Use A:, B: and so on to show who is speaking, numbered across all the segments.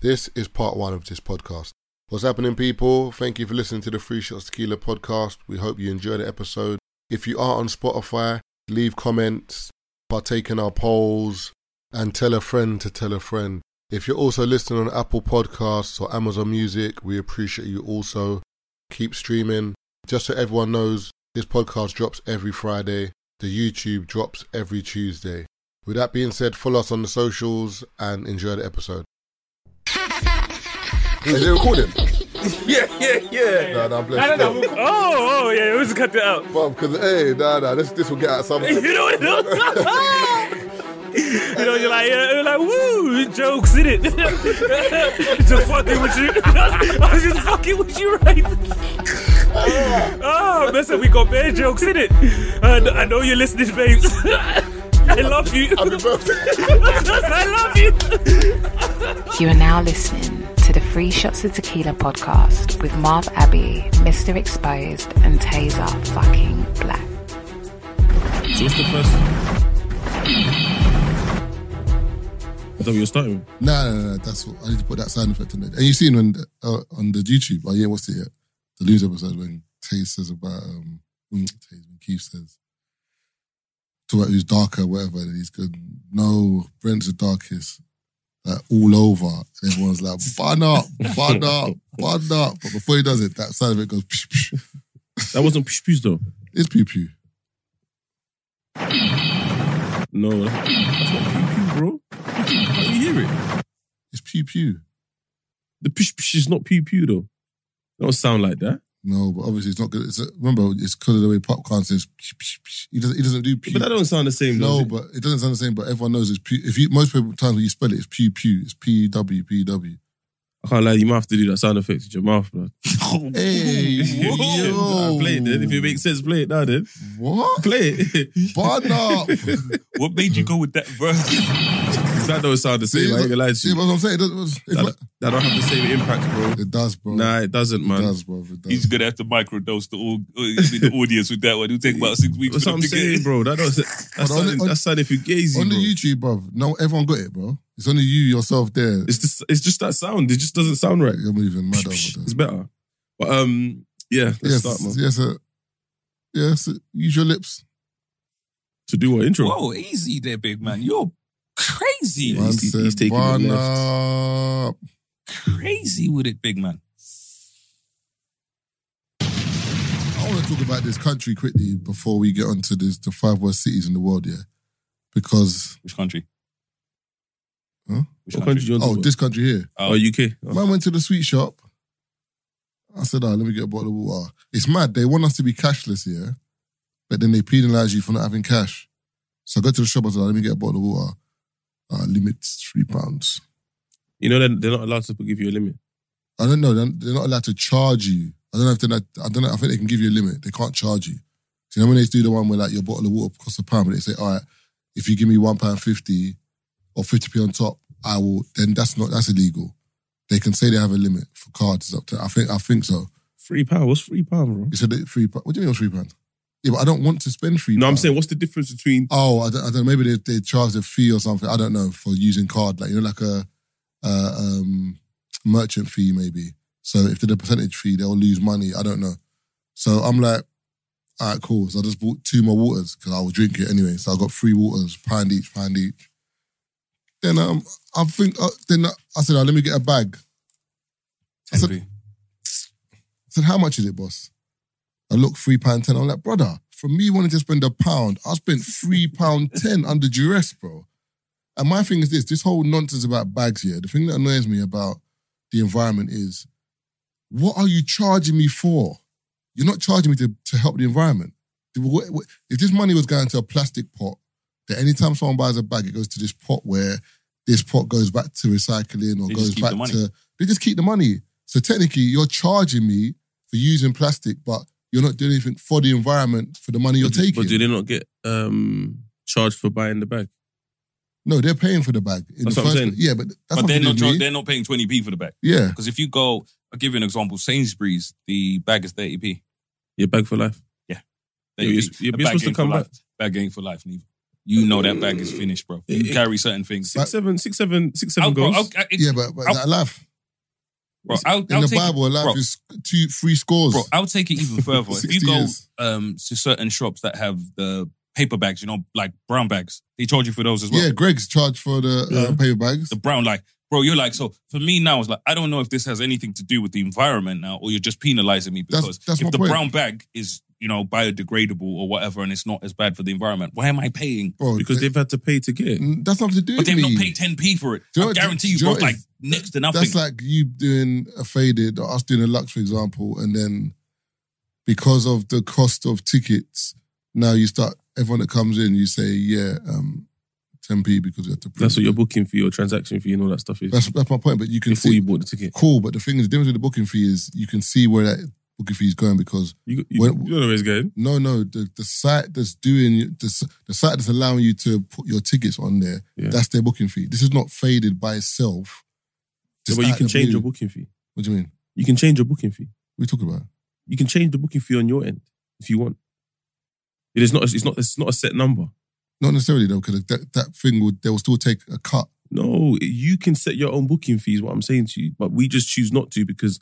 A: This is part one of this podcast. What's happening, people? Thank you for listening to the Free Shots Tequila podcast. We hope you enjoy the episode. If you are on Spotify, leave comments, partake in our polls, and tell a friend to tell a friend. If you're also listening on Apple Podcasts or Amazon Music, we appreciate you also. Keep streaming. Just so everyone knows, this podcast drops every Friday. The YouTube drops every Tuesday. With that being said, follow us on the socials and enjoy the episode. Is it recording?
B: Yeah, yeah, yeah.
A: Nah, nah, I'm blessed.
B: Oh, oh, yeah, we just cut that out.
A: Bro, because hey, nah, nah, this this will get out some.
B: You know, you know, you know you're like, yeah, you're like, woo, jokes in it. just fucking with you. I was just fucking with you, right? oh, listen, we got bad jokes in it. And I know you're listening, babes. I love you.
A: Happy birthday.
B: I love you.
C: You are now listening to the Free Shots of Tequila podcast with Marv Abbey, Mr. Exposed, and Taser fucking Black.
D: So what's the first? No, you're starting.
E: No, no, no, no, that's what I need to put that sound effect on it. And you've seen on the, uh, on the YouTube, oh yeah, what's it yet? The lose episode when Tay says about um mm, Tay, when Keith says to about who's darker, whatever, and he's good. No, Brent's the darkest. Like all over. And everyone's like, fun up, fun up, fun up. But before he does it, that sound effect goes psh, psh.
D: That wasn't push push though.
E: It's pew pew.
D: No, that- that's not pew pew, bro. How do you hear it?
E: It's pew pew.
D: The push push is not pew pew though. That don't sound like that.
E: No, but obviously it's not good. It's a, remember, it's because of the way popcorn says. Psh, psh, psh. He doesn't. He doesn't do pew.
D: But that don't sound the same.
E: no,
D: does it?
E: but it doesn't sound the same. But everyone knows it's pew. If you most people times when you spell it, it's pew pew. It's p E w p w.
D: I can't lie. You might have to do that sound effect with your mouth, bro.
E: Hey, yo.
D: Whoa. Play it then. If it makes sense, play it now then.
E: What?
D: Play it.
E: Barn up.
B: What made you go with that verse?
D: 'Cause that don't sound the
E: See,
D: same. I ain't gonna lie to
E: see
D: you.
E: what I'm saying? It, does, it's
D: That,
E: not-
D: that don't have the same impact, bro.
E: it does, bro.
D: Nah, it doesn't,
E: it
D: man.
E: does, bro. It does.
B: He's gonna have to microdose the, au- uh, the audience with that one. It'll take about six weeks
D: That's
B: for
D: what
B: them
D: I'm
B: to get
D: saying,
B: it.
D: bro. That don't.
E: But
D: That's
E: on the-
D: sounding.
E: on-
D: That's sounding fugazi,
E: on the
D: bro.
E: YouTube, bro. No, everyone got it, bro. It's only you yourself there.
D: It's just. It's just that sound. It just doesn't sound right.
E: You're moving mad over there.
D: It's better. But um, yeah. Let's
E: Yes,
D: start, man.
E: yes, sir. yes. sir. Use your lips.
D: To do what intro?
B: Whoa, easy there, big man. You're crazy.
D: Yeah,
E: Man
D: he's- he's
E: said,
D: taking it
E: "Barn up.
D: left."
B: Crazy with it, big man.
E: I want to talk about this country quickly before we get onto this, the five worst cities in the world, yeah. Because
B: Which country?
E: Huh?
B: Which
D: What country do you want
E: oh,
D: to
E: this country here.
D: Oh, UK. Oh.
E: Man went to the sweet shop. I said, "Ah, let me get a bottle of water." It's mad. They want us to be cashless here, but then they penalise you for not having cash. So I go to the shop. I said, "Ah, "Let me get a bottle of water." Uh, limit three pounds.
D: You know that they're not allowed to give you a limit.
E: I don't know. They're they're not allowed to charge you. I don't know if they're not, I don't know. I think they can give you a limit. They can't charge you. So you know when they do the one where like your bottle of water costs a pound, but they say, all right, if you give me one pound fifty or fifty p on top, I will. Then that's not that's illegal. They can say they have a limit for cards. It's up to I think I think so.
D: Three pound. What's three pound, bro?
E: You said that three pounds. What do you mean it was three pounds? Yeah, but I don't want to spend three.
D: No, I'm
E: pounds.
D: saying what's the difference between?
E: Oh, I don't, I don't know. Maybe they they charge a fee or something. I don't know for using card, like you know, like a, uh um, merchant fee maybe. So if they're the percentage fee, they'll lose money. I don't know. So I'm like, all right, cool. So I just bought two more waters because I will drink it anyway. So I got three waters, pound each, pound each. Then um, I think uh, then I said, "Ah, let me get a bag. I said, I said, how much is it, boss? I look three pound ten. I'm like, brother, for me wanting to spend a pound, I spent three pound ten under duress, bro. And my thing is this: this whole nonsense about bags here. The thing that annoys me about the environment is, what are you charging me for? You're not charging me to, to help the environment. What- what- If this money was going to a plastic pot, that anytime someone buys a bag, it goes to this pot where this pot goes back to recycling or
B: They just
E: goes
B: keep
E: back
B: the money.
E: to. They just keep the money. So technically, you're charging me for using plastic, but you're not doing anything for the environment for the money you're
D: but, do-
E: taking.
D: But do they not get um charged for buying the bag?
E: no, they're paying for the bag. In
D: That's
E: the
D: what
E: first,
D: I'm saying.
E: Yeah, but that's
B: But they're
E: nothing
B: not,
E: to do with
B: char-
E: me.
B: they're not paying 20p for the bag.
E: Yeah.
B: Because if you go, I'll give you an example Sainsbury's, the bag is 30p.
D: Your bag for life.
B: 30p.
D: You're- you're-
B: A
D: you're
B: bag
D: supposed to
B: ain't
D: come
B: for
D: back.
B: life. Bag ain't for life, neither.
F: you know that bag is finished, bro. You
D: It-
F: carry certain things.
D: Six, seven, six, seven, six, seven
F: I'll, bro,
D: goals.
F: I'll, I-
E: Yeah, but, but
F: I'll-
E: that life
F: bro, I'll-
E: in
F: I'll
E: the
F: take it-
E: Bible, life
F: bro.
E: is two, three scores.
F: Bro, I'll take it even further. if
E: 60
F: you go
E: years.
F: um, to certain shops that have the paper bags, you know, like brown bags, they charge you for those as well.
E: yeah, Greg's charged for the uh,
D: Yeah.
E: paper bags.
F: The brown, like, bro, you're like, so for me now, it's like, I don't know if this has anything to do with the environment now, or you're just penalizing me
E: That's-
F: because
E: that's my
F: if the
E: point.
F: brown bag is, you know, biodegradable or whatever, and it's not as bad for the environment, why am I paying?
E: Bro,
D: because
E: th-
D: they've had to pay to get it.
E: that's nothing to do
F: But
E: with
F: they've not
E: me.
F: paid 10p for it.
E: Do you
F: I
E: know-
F: guarantee
E: do
F: you,
E: you know
F: bro, it's like
E: if-
F: next to nothing.
E: That's like you doing a faded or us doing a lux, for example, and then because of the cost of tickets, now you start everyone that comes in, you say, yeah, um, 10p because you have to. print
D: That's what your
E: it.
D: booking fee, your transaction fee, and all that stuff is
E: That's that's my point. But you can
D: before
E: see
D: you bought the ticket.
E: cool. But the thing is, the difference with the booking fee is you can see where that booking fee is going because
D: You, you,
E: When-
D: you don't know where it's going.
E: no, no, the, the site that's doing the, s- the site that's allowing you to put your tickets on there,
D: Yeah.
E: that's their booking fee. This is not faded by itself.
D: Yeah,
E: Just
D: but you
E: out
D: can
E: of the
D: change
E: blue.
D: your booking fee.
E: What do you mean?
D: You can change your booking fee.
E: What are you talking about?
D: You can change the booking fee on your end if you want. It is not. It's not. It's not a set number.
E: Not necessarily though, because that, that thing would they will still take a cut.
D: No, you can set your own booking fees. What I'm saying to you, but we just choose not to because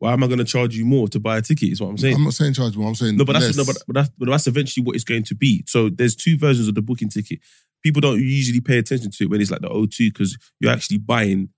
D: why am I going to charge you more to buy a ticket? Is what I'm saying.
E: I'm not saying charge more. I'm saying
D: no, but
E: less.
D: that's no, but, but that's but that's eventually what it's going to be. So there's two versions of the booking ticket. People don't usually pay attention to it when it's like the O2 because you're actually buying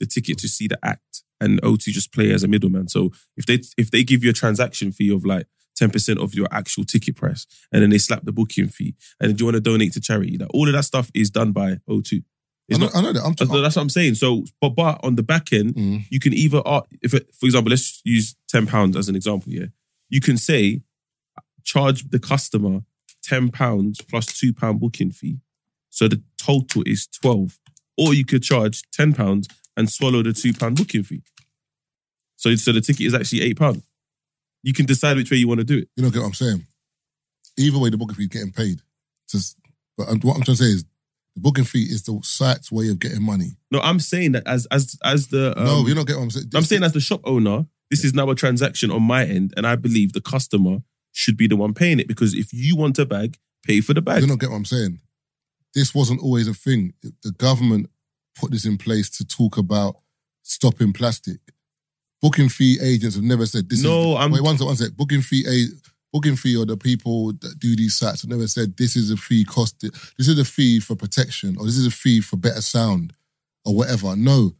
D: the ticket to see the act, and O2 just play as a middleman. So if they if they give you a transaction fee of like. 10% of your actual ticket price and then they slap the booking fee and then do you want to donate to charity like all of that stuff is done by O2
E: I
D: it's
E: know,
D: not
E: I know that. I'm
D: that's,
E: talking.
D: that's what I'm saying. So, but but on the back end,
E: Mm.
D: you can either ar- if it, for example, let's use ten pounds as an example. Yeah, you can say charge the customer ten pounds plus two pound booking fee, so the total is twelve. Or you could charge ten pounds and swallow the two pound booking fee. So so the ticket is actually eight pound. You can decide which way you want to do it.
E: You know what I'm saying? Either way, the booking fee is getting paid. Just, but I'm- what I'm trying to say is, the booking fee is the site's way of getting money.
D: No, I'm saying that as as as the um,
E: no, you don't get what I'm saying.
D: I'm saying as the shop owner, this is now a transaction on my end, and I believe the customer should be the one paying it because if you want a bag, pay for the bag.
E: You don't get what I'm saying. This wasn't always a thing. The government put this in place to talk about stopping plastic. Booking fee agents have never said this.
D: No,
E: is,
D: I'm-
E: wait one sec, one sec. Booking fee a booking fee or the people that do these sites have never said this is a fee cost. This is a fee for protection or this is a fee for better sound or whatever. No.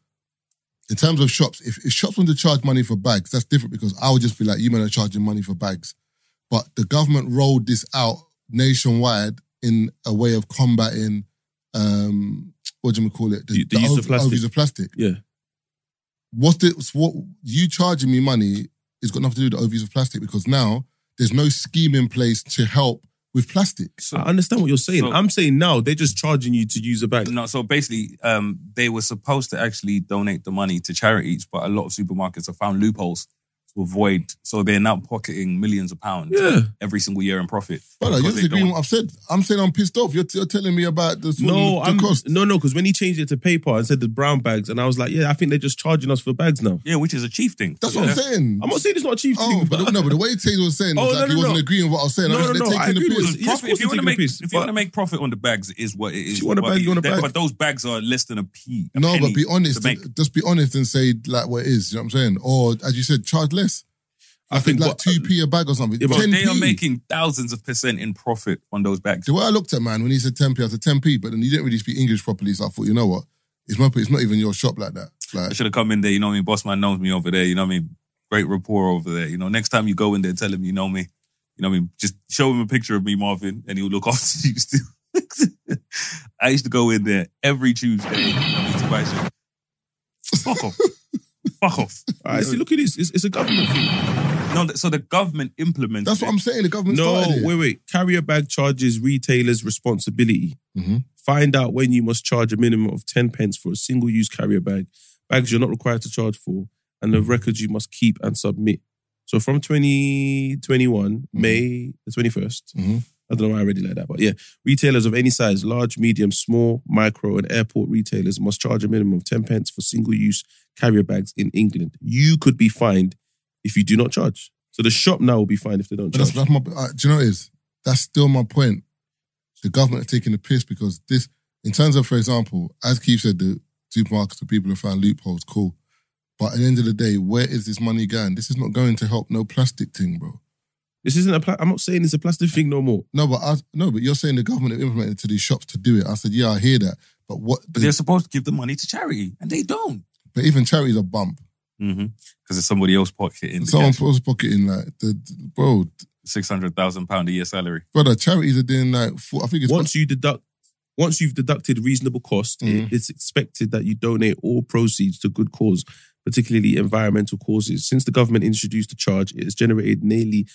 E: In terms of shops, if, if shops want to charge money for bags, that's different because I would just be like, you men are charging money for bags. But the government rolled this out nationwide in a way of combating, um, what do you call it?
D: The- the use of plastic.
E: overuse of plastic.
D: Yeah.
E: What's the, what you charging me money has got nothing to do with the overuse of plastic because now there's no scheme in place to help with plastic.
F: So-
D: I understand what you're saying.
F: So-
D: I'm saying now they're just charging you to use a bag.
F: No, so basically, um, they were supposed to actually donate the money to charities, but a lot of supermarkets have found loopholes to avoid. So they're now pocketing millions of pounds
D: Yeah.
F: every single year in profit.
E: Brother,
F: because
E: you're
F: they
E: disagreeing with
F: don't-
E: what I've said. I'm saying I'm pissed off. You're, you're telling me about the,
D: No,
E: the
D: I'm,
E: cost.
D: no, no, because when he changed it to PayPal and said the brown bags, and I was like, yeah, I think they're just charging us for bags now.
F: Yeah, which is a chief thing.
E: That's what I'm saying.
D: I'm not saying it's not a chief
E: Oh,
D: thing,
E: but the- no, but the way Taylor was saying
D: Oh,
E: was
D: no,
E: like he
D: no,
E: wasn't
D: no.
E: agreeing with what I was saying.
D: No,
E: I was
D: no,
E: they're
D: no, I
E: taking the
D: agree with
E: piss.
D: you. Yes, of
F: Profit,
D: course
F: if you
D: they're
F: want to
D: taking a
F: make
D: piece,
F: if you want to
D: but-
F: make profit on the bags, it is what it is.
D: you want a
F: but
D: bag, you
F: it-
D: want a
F: that-
D: bag.
F: But those bags are less than a p. a
E: No,
F: penny
E: but be honest.
F: to make.
E: Just be honest and say like what it is. You know what I'm saying? Or as you said, charge less. I,
D: I
E: think,
D: think
E: like
D: what- uh,
E: two p a bag or something.
D: Yeah, but
E: ten
F: They
E: p.
F: are making thousands of percent in profit on those bags.
E: the way I looked at man when he said ten p, I said ten p. But then he didn't really speak English properly, so I thought, you know what? It's my. It's not even your shop like that.
F: I
E: Like
F: should have come in there. You know what I mean? Boss man knows me over there. You know what I mean? Great rapport over there. You know, next time you go in there, tell him you know me. You know what I mean? Just show him a picture of me, Marvin, and he'll look after you still. I used to go in there every Tuesday. you know what I mean, to buy shit. Fuck off. Fuck off.
D: All right, see, look at this. It's, it's a government thing.
F: No, th- so the government implemented
E: that's what I'm saying. The government
D: No,
E: started it.
D: wait, wait. Carrier bag charges retailers responsibility.
E: Mhm.
D: Find out when you must charge a minimum of 10 pence for a single use carrier bag, bags you're not required to charge for, and
E: Mm-hmm.
D: the records you must keep and submit. So from 2021,
E: Mm-hmm.
D: May the 21st,
E: Mhm.
D: I don't know why I read it like that, but yeah, retailers of any size, large, medium, small, micro, and airport retailers must charge a minimum of 10 pence for single use carrier bags in England. You could be fined if you do not charge. So the shop now will be fined if they don't
E: But that's,
D: charge.
E: that's my. Uh, do you know what it is? That's still my point. the government have taken the piss because this, in terms of, for example, as Keith said, the supermarkets and people have found loopholes, cool. But at the end of the day, where is this money going? This is not going to help no plastic thing, bro.
D: This isn't a. Pla- I'm not saying it's a plastic thing no more.
E: No, but I, no, but you're saying the government have implemented to these shops to do it. I said, yeah, I hear that. But what?
F: But they're supposed to give the money to charity, and they don't.
E: but even charities are bump.
F: Because it's Mm-hmm. somebody else pocketing
E: Someone puts pocket in like the, the- bro,
F: six hundred thousand pound a year salary.
E: brother. Charities are doing like four, I think it's
D: Once you deduct, once you've deducted reasonable cost,
E: Mhm.
F: Mm.
D: it, it's expected that you donate all proceeds to good cause, particularly environmental causes. Since the government introduced the charge, it has generated nearly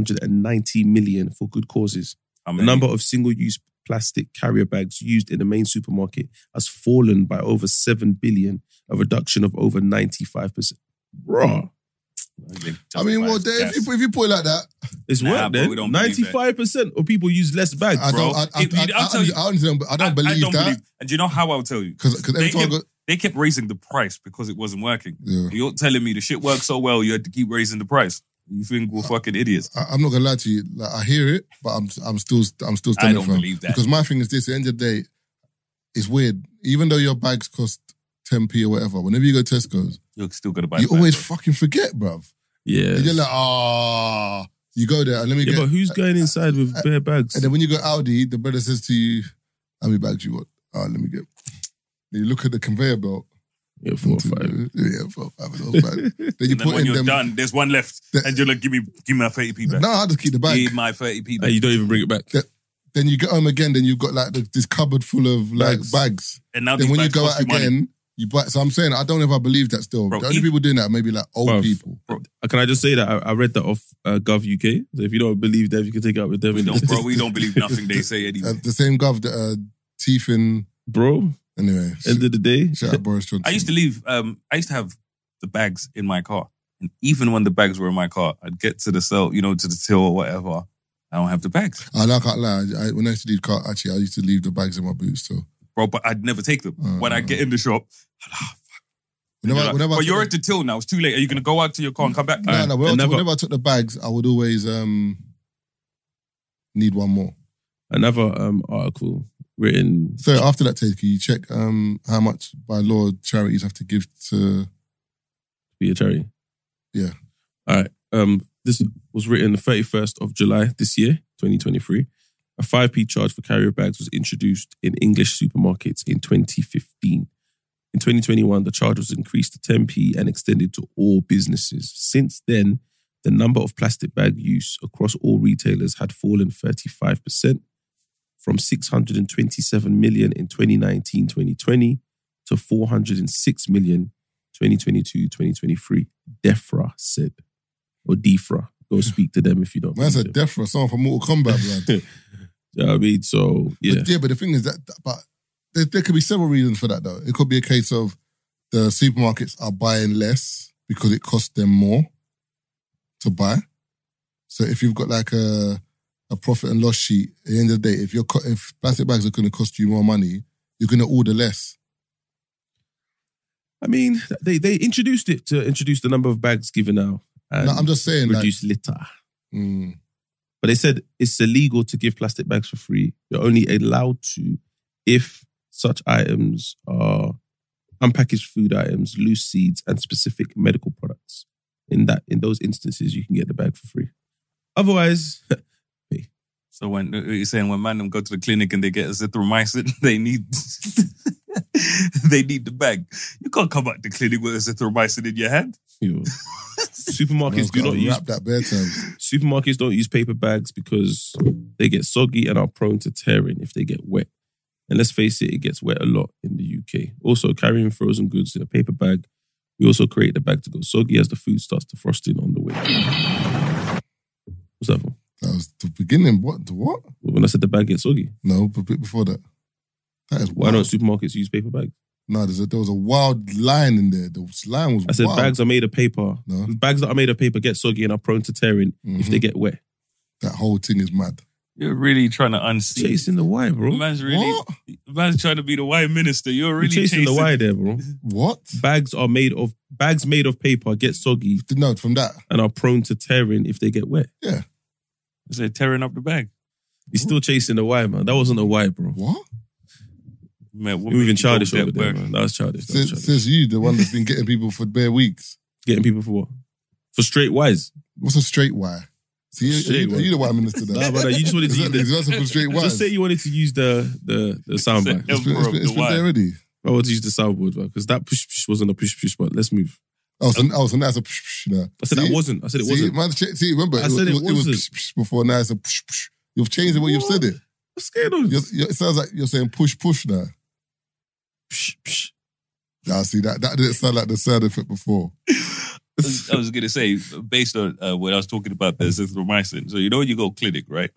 D: 190 million for good causes.
F: I
D: The number of single-use plastic carrier bags used in the main supermarket has fallen by over seven billion, a reduction of over 95 percent. Raw,
E: I mean, well, Dave, if, you- if you put it like that,
D: it's
F: Nah,
D: work
F: bro,
D: then.
F: we don't believe it.
D: 95 percent of people use less bags.
E: I
F: Bro,
E: don't, I, I,
F: if-
E: I,
F: I'll
E: I,
F: tell you-
E: I, understand, but I don't believe that
F: And do you know how I'll tell you?
E: because because every
F: They
E: time I
F: give-
E: go,
F: They kept raising the price because it wasn't working.
E: yeah,
F: You're telling me the shit works so well, you had to keep raising the price. You think
E: Uh,
F: we're fucking idiots?
E: I, I'm not gonna lie to you. Like, I hear it, but I'm I'm still I'm still standing
F: I don't
E: firm.
F: believe that.
E: Because my thing is this: at the end of the day, it's weird. Even though your bags cost 10p or whatever, whenever you go to Tesco's,
F: You're still gonna buy.
E: you
F: the bag,
E: always
F: bro.
E: fucking forget, bruv.
D: Yeah,
E: You're like, ah, you go there and let me
D: yeah,
E: get.
D: but who's going inside with bare bags?
E: uh, And then when you go Audi, the brother says to you, "How many bags you want?" Ah, let me get. You look at the conveyor belt.
D: Yeah, four or five.
E: Yeah, four or five. of those bags. then you
F: and then
E: put
F: when
E: in
F: you're
E: them.
F: done, there's one left,
E: The-
F: and you're like, "Give me, give me my thirty p back.
E: No, I just keep the bag.
F: Give my thirty p
D: Hey,
F: back."
D: you don't even bring it back.
E: Then you get home again. Then you've got like the, this cupboard full of like
D: Bags.
E: bags.
F: And now
E: Then
F: these
E: when you
F: bags
E: go
F: cost
E: out
F: money.
E: again, you buy. So I'm saying I don't know if I believe that still.
F: Bro,
E: the only
F: if-
E: people doing that are maybe like old
D: Bruv.
E: people.
D: uh, Can I just say that I, I read that off uh, Gov UK? So if you don't believe Dev, you can take it up with Dev.
F: we don't, bro. We don't believe nothing they say anyway.
E: Uh, the same gov that uh, teeth in
D: bro.
E: anyway.
D: End of the day,
E: Shout out Boris Johnson.
F: I used to leave. Um, I used to have the bags in my car, and even when the bags were in my car, I'd get to the cell, you know, to the till or whatever. I don't have the bags,
E: I like can't lie. I, when I used to leave car, actually, I used to leave the bags in my boots. So
F: bro. But I'd never take them. when I get in the shop,
E: whenever,
F: you're like,
E: whenever I
F: "Well,
E: took
F: you're
E: the-
F: at the till now. It's too late. Are you gonna go out to your car and come back?
E: No, no. Whenever, I took-
D: Another-
E: whenever I took the bags, I would always um need one more.
D: another um, article written.
E: So after that, Tate, can you check um how much by law charities have to give to?
D: be a charity.
E: Yeah.
D: All right. Um, this was written the 31st of July this year, 2023. A 5p charge for carrier bags was introduced in English supermarkets in 2015. In 2021, the charge was increased to 10p and extended to all businesses. Since then, the number of plastic bag use across all retailers had fallen 35% from 627 million in 2019 2020 to 406 million 2022 2023 defra said or defra go speak to them if you don't
E: Man, that's a
D: believe them.
E: death for someone from Mortal Kombat, blood.
D: You know what i mean so yeah
E: But, yeah, but the thing is that, but there, there could be several reasons for that though. It could be a case of the supermarkets are buying less because it costs them more to buy. So if you've got like a a profit and loss sheet, at the end of the day, if your co- if plastic bags are going to cost you more money, you're going to order less.
D: i mean they they introduced it to introduce the number of bags given out and
E: No, I'm just saying, like,
D: reduce litter
E: mm,
D: But they said it's illegal to give plastic bags for free. You're only allowed to if such items are unpackaged food items, loose seeds, and specific medical products. In that, in those instances, you can get the bag for free. Otherwise,
F: So when uh, you're saying when man them go to the clinic and they get azithromycin, they need they need the bag. You can't come out the clinic with azithromycin in your hand.
D: you know, supermarkets
E: man's
D: do
E: gotta
D: not use
E: wrap that bear terms.
D: supermarkets don't use paper bags because they get soggy and are prone to tearing if they get wet. And let's face it, it gets wet a lot in the UK. Also, carrying frozen goods in a paper bag, we also create the bag to go soggy as the food starts to frost in on the way. What's that for?
E: That was the beginning. What the what?
D: When I said the bag gets soggy,
E: No, but a bit before that. That is
D: why
E: wild.
D: don't supermarkets use paper bags?
E: No, there's a, there was a wild line in there. The line was.
D: I said
E: wild.
D: bags are made of paper.
E: No.
D: Bags that are made of paper get soggy and are prone to tearing if
E: Mhm.
F: Mm-hmm.
D: they get wet.
E: That whole thing is mad.
F: You're really trying to unseat.
D: Chasing the why, bro.
F: Man's really
E: What?
F: man's trying to be the white minister. You're
D: You're
F: really
D: chasing,
F: chasing,
D: the why there, bro.
E: What?
D: Bags are made of bags made of paper get soggy
E: No, from that.
D: and are prone to tearing if they get wet.
F: Is it tearing up the bag?
D: He's still chasing the why, man. That wasn't a why, bro.
E: What?
F: Man,
D: You're
F: what made you
D: moving
F: go
D: childish
F: with
D: over
F: that
D: there,
F: word?
D: man. That was childish. That was
E: Since,
D: childish.
E: since you, the one that's been getting people for bare weeks.
D: Getting people for what? For straight whys.
E: What's a straight wire? See, are,
D: Straight
E: you, are you the white minister though?
D: Nah, brother, you just wanted
E: Is
D: to
E: that, is
D: use
E: that for straight
D: the,
E: wires?
D: Just say you wanted to use the the the soundbite.
F: Said
E: It's been, it's been, it's been there already.
D: I wanted to use the soundboard, man, because that push push wasn't a push push. But let's move.
E: Oh, so, oh, so now it's a psh, psh, now.
D: I said
E: See?
D: that wasn't. I said it
E: see,
D: wasn't.
E: Man, ch- see, remember,
D: I
E: it, was-
D: said
E: it
D: it
E: was, it was
D: wasn't.
E: psh, psh before. Now it's a psh, psh. You've changed the way you've said it.
D: What's going on?
E: You're, you're, it sounds like you're saying push, push now.
D: Psh, psh.
E: Nah, see, that, that didn't sound like the sound effect before.
F: I was- I was gonna say, based on uh, what I was talking about, the azithromycin. So you know, when you go clinic, right?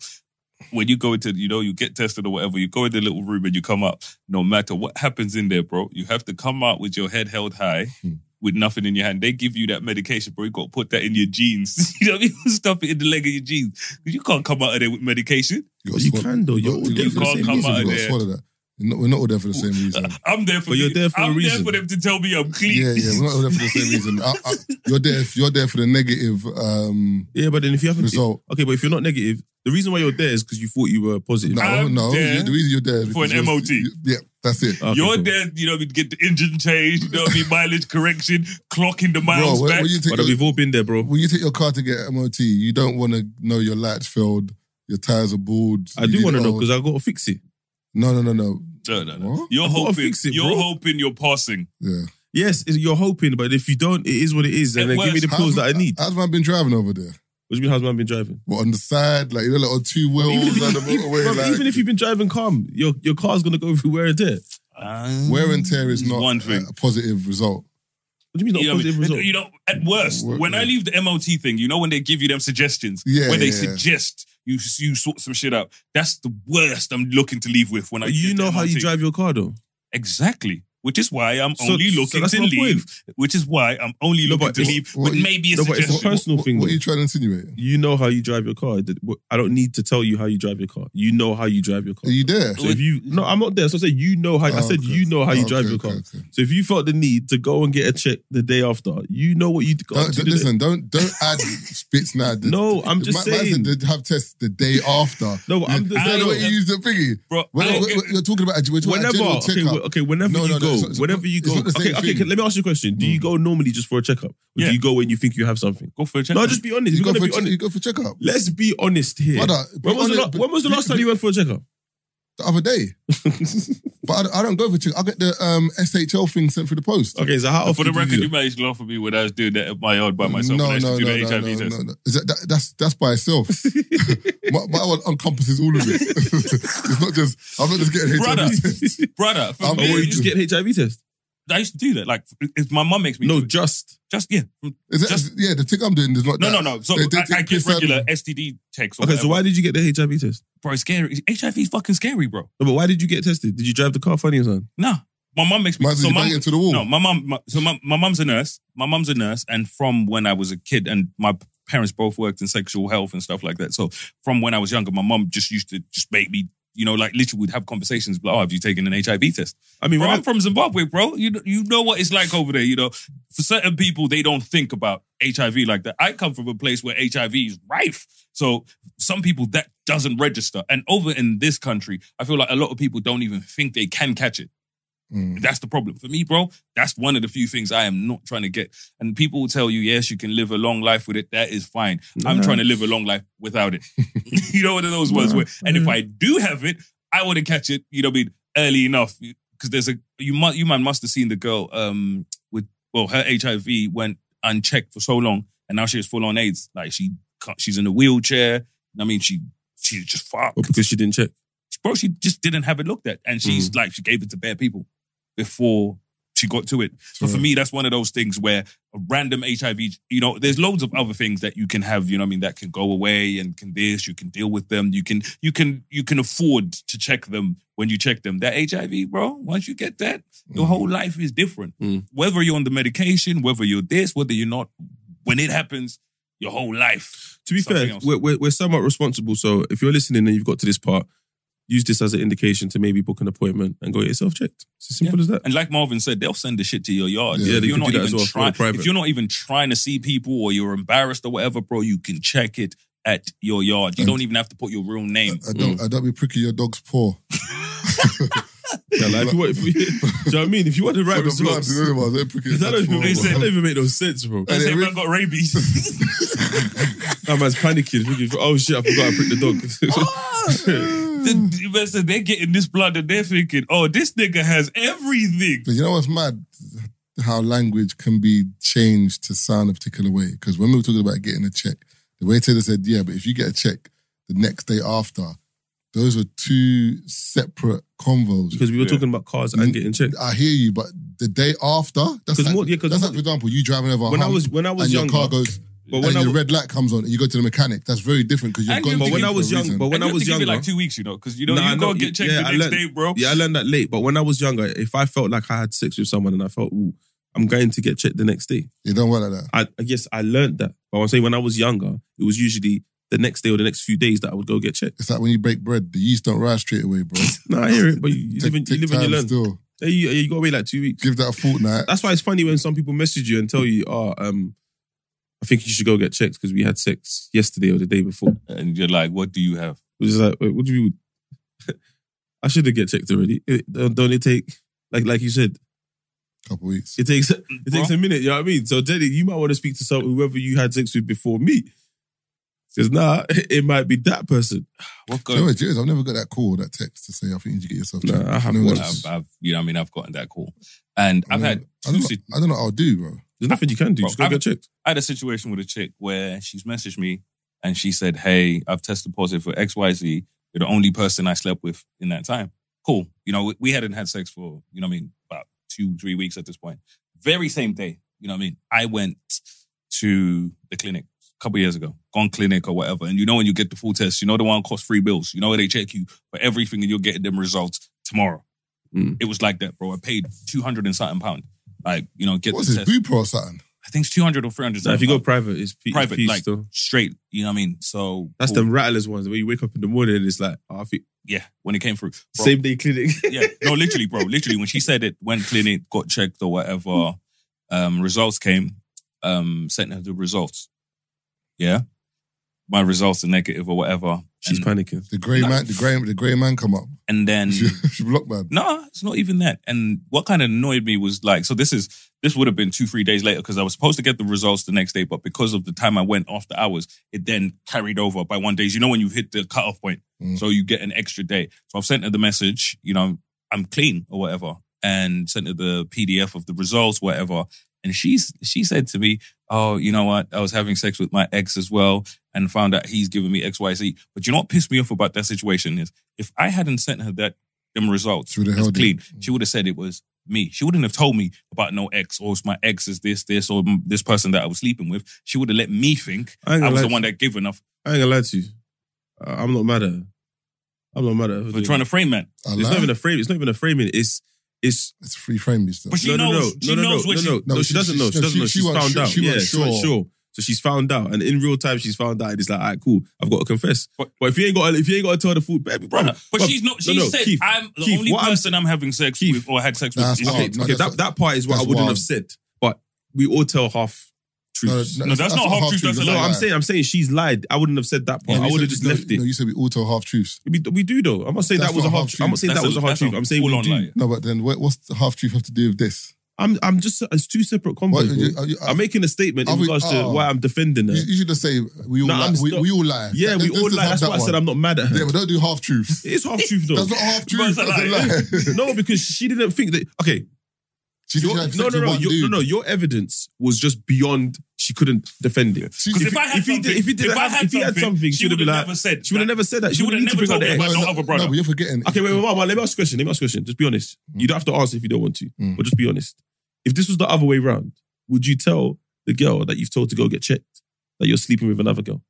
F: When you go into, you know, you get tested or whatever, you go in the little room and you come up. No matter what happens in there, bro, you have to come out with your head held high,
E: Hmm.
F: with nothing in your hand. They give you that medication, bro. You got to put that in your jeans. you know, what I mean? stuff it in the leg of your jeans 'Cause you can't come out of there with medication.
E: gotta
D: You
E: swallow-
D: can though. You're
E: gotta-
D: all there
E: gotta
D: for
E: do
D: the
E: the
F: can't
D: same
E: same
F: come
E: reason.
F: out
E: You
F: of
E: gotta
F: there.
E: swallow that. You're not- We're not all there for the same reason.
F: I'm there for
D: But you're
F: the-
D: there for a
F: I'm
D: reason.
F: there for them to tell me I'm clean.
E: Yeah, yeah, we're not all there for the same reason. I, I, you're there. You're there for the negative um,
D: Yeah, but then if you haven't
E: result.
D: okay, but if you're not negative, the reason why you're there is because you thought you were positive.
E: No,
F: I'm
E: no.
F: there
E: you- The reason you're there is
F: for an
E: because you're-
F: MOT.
E: you- Yeah, that's it.
D: Okay,
F: You're
D: cool.
F: there, you know, we get the engine changed, you know, what I mean, mileage correction, clocking the
E: Bro,
F: miles
E: when,
F: back.
E: when you take
D: But
E: your,
D: we've all been there, bro.
E: when you take your car to get MOT, you don't want to know your lights failed, your tires are bald.
D: I
E: you
D: do
E: need
D: want to know
E: oil.
D: because I got to fix it.
E: no, no, no, no.
F: no, no, no.
E: What?
F: You're
D: I've gotta
F: hoping,
D: fix it,
F: you're
D: bro.
F: hoping you're passing.
E: Yeah.
D: Yes, it- you're hoping, but if you don't, it is what it is. And
F: It
D: then give me the
E: works.
D: pills that I need.
E: How's man been driving over there?
D: What do you mean, how's man been driving?
E: What on the side, like you know, like on two wheels
D: Even if,
E: on the
D: you,
E: motorway,
D: bro,
E: like,
D: even if you've been driving calm, your, your car's going to go through wear and tear. What Ah.
E: wear and tear is
F: It's
E: not
F: one thing.
E: a positive result.
D: do you mean, not
F: You know, what I
D: positive
F: mean?
D: result?
F: you know, at worst,
E: Work
F: when I
E: rate.
F: leave the MOT thing, you know, when they give you them suggestions,
E: Yeah,
F: when they
E: yeah.
F: suggest you you sort some shit out, that's the worst I'm looking to leave with when I
D: But you
F: get the
D: know how you
F: MOT.
D: drive your car, though.
F: Exactly. Which is why I'm
D: So-
F: only
D: so
F: looking
D: that's
F: to
D: my point.
F: leave. Which is why I'm only
D: No,
F: looking
D: but
F: to
D: it's-
F: leave
E: what
F: with
E: you-
F: maybe a
D: no, but it's a
F: suggestion.
D: personal
E: what,
D: thing.
E: What
D: though.
E: are you trying to insinuate?
D: you know how you drive your car. I don't need to tell you how you drive your car. You know how you drive your car.
E: Are you there?
D: So if you no, I'm not there. So I said you know how. I
E: Oh,
D: said
E: okay.
D: you know how you
E: Oh,
D: drive
E: okay,
D: your car.
E: okay, okay.
D: So if you felt the need to go and get a check the day after, you know what you got
E: Don't,
D: to
E: don't-
D: do.
E: listen, don't don't add spits now. The-
D: No, I'm
E: the-
D: just
E: man- man
D: saying.
E: said they have tests the day after.
D: No, but I'm
E: Is that
D: just
E: the
D: saying-
E: way you use the thingy?
F: Bro,
E: When-
F: I-
E: when- when you're talking about a, we're talking
D: Whenever,
E: about a
D: okay,
E: general
D: wh-
E: checkup.
D: okay, whenever
E: No,
D: you
E: no, no,
D: go,
E: it's not- it's
D: whenever
E: not-
D: you
E: it's
D: go,
E: not the
D: okay,
E: same Mm.
D: okay.
E: thing.
D: Let me ask you a question: Do you go normally just for a checkup, or
F: Yeah.
D: do you go when you think you have something?
F: Go for a check.
D: No, just be honest.
E: You
D: We're
E: go,
D: gonna
E: for,
D: be
E: che- you
D: honest.
E: go for checkup
D: Let's be honest here.
E: Brother,
D: when,
E: be
D: was the
E: honest,
D: la- when was the
E: be-
D: last time you went for a checkup?
E: the other day, but I, don't- I don't go for checkup. I get the um, SHL thing sent through the post.
D: Okay, so how
F: And for
D: often
F: the
D: do you
F: record,
D: do
F: you managed to laugh at me when I was doing that at my yard by myself.
E: No,
F: when I used
E: no,
F: to do
E: no,
F: the
E: no,
F: HIV
E: no,
F: test.
E: no, no. Is that, that, that's that's by itself. my, my one encompasses all of it. it's not just I'm not just getting
F: Brother.
E: HIV tests.
F: Brother, for
E: I'm
D: that?
F: me,
D: or
E: always
D: Oh, you just get HIV test?
F: I used to do that. Like, if my mum makes me
D: No,
F: do it.
D: just
F: just yeah. No,
E: Is that,
F: Just-
E: yeah, the thing I'm doing is not that.
F: no, no. So
E: They- they
F: I, I
E: take
F: get
E: piss out of
F: regular
E: me.
F: STD texts. Or
D: okay. So
F: whatever.
D: why did you get the HIV test?
F: bro? It's scary. HIV is fucking scary, bro.
D: No, but why did you get tested? Did you drive the car funny or something?
F: Nah, my mum makes me.
E: Might as
F: so
E: well
F: my,
E: bang it into the wall.
F: no, my mum. My, so my my mum's a nurse. My mum's a nurse, and from when I was a kid, and my parents both worked in sexual health and stuff like that. So from when I was younger, my mum just used to just make me. You know, like literally, would have conversations. Like, oh, have you taken an HIV test?
D: I mean,
F: Bro,
D: when I-
F: I'm from Zimbabwe, bro. You know, you know what it's like over there. You know, for certain people, they don't think about HIV like that. I come from a place where HIV is rife, so some people that doesn't register. And over in this country, I feel like a lot of people don't even think they can catch it.
E: Mm.
F: That's the problem for me, bro. That's one of the few things I am not trying to get. And people will tell you, yes, you can live a long life with it. That is fine. I'm
D: Nah.
F: trying to live a long life without it. you know, one of those ones
D: Nah.
F: where, and if
D: Mm.
F: I do have it, I want to catch it, you know, what I mean, early enough. Because there's a, you must, you man must have seen the girl um with, well, her HIV went unchecked for so long and now she has full on AIDS. Like she, can't- she's in a wheelchair. I mean, she, she's just fucked
D: Well, because she didn't check.
F: bro, she just didn't have it looked at. And she's like, she gave it to bare people before she got to it. So for
E: Sure.
F: me, that's one of those things where a random HIV, you know, there's loads of other things that you can have, you know what I mean, that can go away and can this, you can deal with them. You can, you can, you can afford to check them when you check them. That HIV, bro, once you get that, your
E: Mm.
F: whole life is different.
D: Mm.
F: Whether you're on the medication, whether you're this, whether you're not, when it happens, your whole life.
D: To be
F: Something
D: fair,
F: else.
D: we're, we're, we're somewhat responsible. So if you're listening and you've got to this part, use this as an indication to maybe book an appointment and go get yourself checked. It's as simple as that.
F: And like Marvin said, they'll send the shit to your yard.
E: Yeah,
F: If
E: they
F: you're
D: can
F: not
D: do that as
F: even
D: well,
F: trying,
D: private.
F: if you're not even trying to see people or you're embarrassed or whatever, bro, you can check it at your yard. You
E: And-
F: don't even have to put your real name.
E: I don't, I don't be pricking your dog's paw.
D: Yeah, like, if you want, if we, do you know what I mean? If you want the right
E: For the blood,
D: results,
E: you know what I mean? They're pricking your
D: that don't
E: dog's
D: even
E: paw,
D: make sense. That
E: bro.
D: don't even make no sense, bro.
E: And
F: Let's say
E: it
F: if
E: really-
F: I got rabies.
D: That man's panicking. Thinking, oh shit, I forgot I pricked the dog.
F: The- the- so they're getting this blood and they're thinking, oh, this nigga has everything.
E: But you know what's mad? How language can be changed to sound a particular way. Because when we were talking about getting a check, the waiter said, yeah, but if you get a check the next day after, those are two separate convos.
D: because we were talking about cars and getting checked.
E: I hear you, but the day after, that's
D: 'Cause
E: like,
D: more- yeah, 'cause
E: that's
D: more-
E: like, for example, you driving over a
D: When I
E: hump
D: was when I was
E: and
D: younger,
E: your car goes,
D: but
E: and
D: when I
E: your
D: was,
E: red light comes on, and you go to the mechanic. That's very different because you've
F: And
E: gone. to
F: you- But when
E: him
D: I
E: for
D: was
E: a
D: young-
E: reason.
D: but when
F: And
D: I
F: you have
D: was
F: to give it
D: younger-
F: like two weeks, you know, because you know
D: Nah, I
F: you
D: know.
F: go get checked
D: Yeah,
F: the
D: I
F: next
D: learned-
F: day, bro.
D: yeah, I learned that late. But when I was younger, if I felt like I had sex with someone and I felt, ooh, I'm going to get checked the next day.
E: It don't work like that.
D: I, I guess I learned that. But I'm saying when I was younger, it was usually the next day or the next few days that I would go get checked.
E: It's like when you break bread, the yeast don't rise straight away, bro.
D: No, I hear it, but you, you live,
E: Take-
D: and, you,
E: take
D: live and you
E: time
D: learn.
E: Still,
D: Yeah, you, you got away like two weeks.
E: give that a fortnight.
D: That's why it's funny when some people message you and tell you, oh, um, I think you should go get checked because we had sex yesterday or the day before.
F: And you're like, what do you have?
D: Which is like, wait, what do you? I should have get checked already. It- don't, don't it take like like you said?
E: couple weeks.
D: It takes it takes a minute. You know what I mean? So Daddy, you might want to speak to some whoever you had sex with before me. Because nah, it might be that person.
F: What
E: Do you know
F: go?
E: what it is? I've never got that call, or that text to say I think you need to get yourself.
D: Nah,
E: checked.
D: I have
E: Never
D: one.
E: got
F: I've,
E: that.
F: I've, you know, what I mean, I've gotten that call, and I've
E: never-
F: had
E: I don't,
F: two.
E: know,
F: sit-
E: I don't know what I'll do, bro.
D: There's nothing you can do.
F: Bro,
D: Just go
F: I'm-
D: get checked.
F: I had a situation with a chick where she's messaged me and she said, "Hey, I've tested positive for X, Y, Z. You're the only person I slept with in that time. Cool. You know, we, we hadn't had sex for you know, what I mean, about two, three weeks at this point. Very same day. You know, what I mean, I went to the clinic." a Couple years ago, gone clinic or whatever, and you know when you get the full test, you know the one costs three bills. You know they check you for everything, and you're getting them results tomorrow.
D: Mm.
F: It was like that, bro. I paid two hundred and something pound, like you know, get
E: What's
F: the
E: this,
F: test.
E: Booper or something?
F: I think it's two hundred or three hundred.
D: Nah, if you go private, it's pe-
F: Private,
D: private. Peace,
F: like-
D: though.
F: straight. You know what I mean? So
D: That's
F: cool.
D: them rattlers ones where you wake up in the morning and it's like, oh, I think
F: yeah. When it came through, bro.
D: same day clinic.
F: yeah, no, literally, bro, literally. When she said it, when clinic got checked or whatever, um, results came, um, sent her the results. Yeah, my results are negative or whatever.
D: She's
F: and,
D: panicking.
E: The grey man, the grey, the grey man come up.
F: and then
E: She's blocked man.
F: No, it's not even that. And what kind of annoyed me was like, so this is this would have been two, three days later because I was supposed to get the results the next day, but because of the time I went after hours, it then carried over by one day. You know when you hit the cutoff point,
E: Mm.
F: so you get an extra day. So I've sent her the message, you know, I'm clean or whatever, and sent her the PDF of the results, whatever. And she's she said to me, "Oh, you know what? I was having sex with my ex as well, and found out he's giving me X, Y, Z." But you know what pissed me off about that situation is if I hadn't sent her that them results,
E: She would've
F: that's
E: held it.
F: clean. She would have said it was me. She wouldn't have told me about no ex or it's my ex is this, this, or mm, this person that I was sleeping with. She would have let me think
D: I ain't
F: I
D: gonna,
F: was
D: lie,
F: the one that gave enough
D: I ain't gonna lie to you. Uh, I'm not mad at her. I'm not mad at her.
F: for trying to frame that.
E: I
D: it's not even
E: lie.
D: a frame. It's not even a framing. It's it's
E: It's free framing stuff.
F: But
D: no,
F: she
D: no,
F: knows.
D: no,
F: She
D: no, no,
F: knows
D: no,
F: what
D: no,
F: she-
D: no, no. She doesn't know. She
E: no,
D: doesn't
E: she-
D: know.
E: she
D: She's
E: wasn't
D: found
E: sure-
D: out.
E: she
D: yeah,
E: wasn't
D: she wasn't
E: sure.
D: sure. So she's found out, and in real time, she's found out, and it's like, all right, cool. I've got to confess. But,
F: But-
D: if you ain't got, if you ain't got to tell the full baby, brother.
F: Brother, but
D: bruh,
F: she's not. She
D: no, no,
F: said, "Ah,
D: Keith,
F: "I'm the
D: Keith,
F: only
D: what I'm-
F: person I'm, having sex
D: Keith,
F: with or had sex with."
E: that's
F: is
E: wild.
F: you."
D: Okay,
E: Oh, No,
D: okay,
E: that's-
D: that, that part is what I
E: that's
D: wouldn't
E: wild.
D: have said, but we all tell half truths.
F: No, that's not half truth, that's a
D: No,
F: lie.
D: I'm saying, I'm saying she's lied. I wouldn't have said that part.
E: No,
D: I
E: you
D: would
E: said-
D: have just
E: no,
D: left
E: No,
D: it.
E: you said we all tell half truths.
D: We, we do though. I'm not saying
E: That's
D: that was a
E: not
D: half.
E: half
D: truth. I'm not saying
F: That's
D: that was a half
F: that's
D: truth. I'm saying we
F: full-on
D: do.
F: lie.
E: No, but then what, what's the half truth have to do with this?
D: I'm I'm just it's two separate
E: What,
D: convos. bro.
E: you, are you-
D: I'm making a statement in
E: Are we-
D: regards to
E: oh.
D: why I'm defending her.
E: you- you should just say we all
D: No,
E: lie.
D: I'm
E: We,
D: still-
E: we all lie.
D: Yeah,
E: Let's-
D: we
E: let's
D: all
E: just
D: lie.
E: have
D: That's
E: that
D: why I said
E: one.
D: I'm not mad at her.
E: Yeah, but don't do half truths.
D: It's half truth though.
E: That's not half
F: Bro,
E: truth.
F: it's a
E: That's a
F: lie.
E: lie.
D: no, because she didn't think that. Okay,
E: She
D: your,
E: did have
D: no,
E: sex
D: no,
E: with
D: no,
E: one
D: your, no,
E: dude.
D: no. Your evidence was just beyond. She couldn't defend it.
E: She-
F: Because if,
E: if-
F: I had
D: if he did-
F: something,
D: if he didn't
F: I
D: have- if he had something,
F: she
D: she'd have
F: would have
D: been like-
F: never said.
D: She would have
F: that.
D: never said that.
F: She
D: She would
F: would've
D: have never
F: never
D: told
F: told me
D: that.
F: about
D: ex.
F: no other brother.
E: No, but you're forgetting.
D: Okay, wait, wait, wait, wait, let me ask a question. Let me ask a question. Just be honest. You don't have to answer if you don't want to,
E: Mm.
D: but just be honest. If this was the other way round, would you tell the girl that you've told to go get checked that you're sleeping with another girl?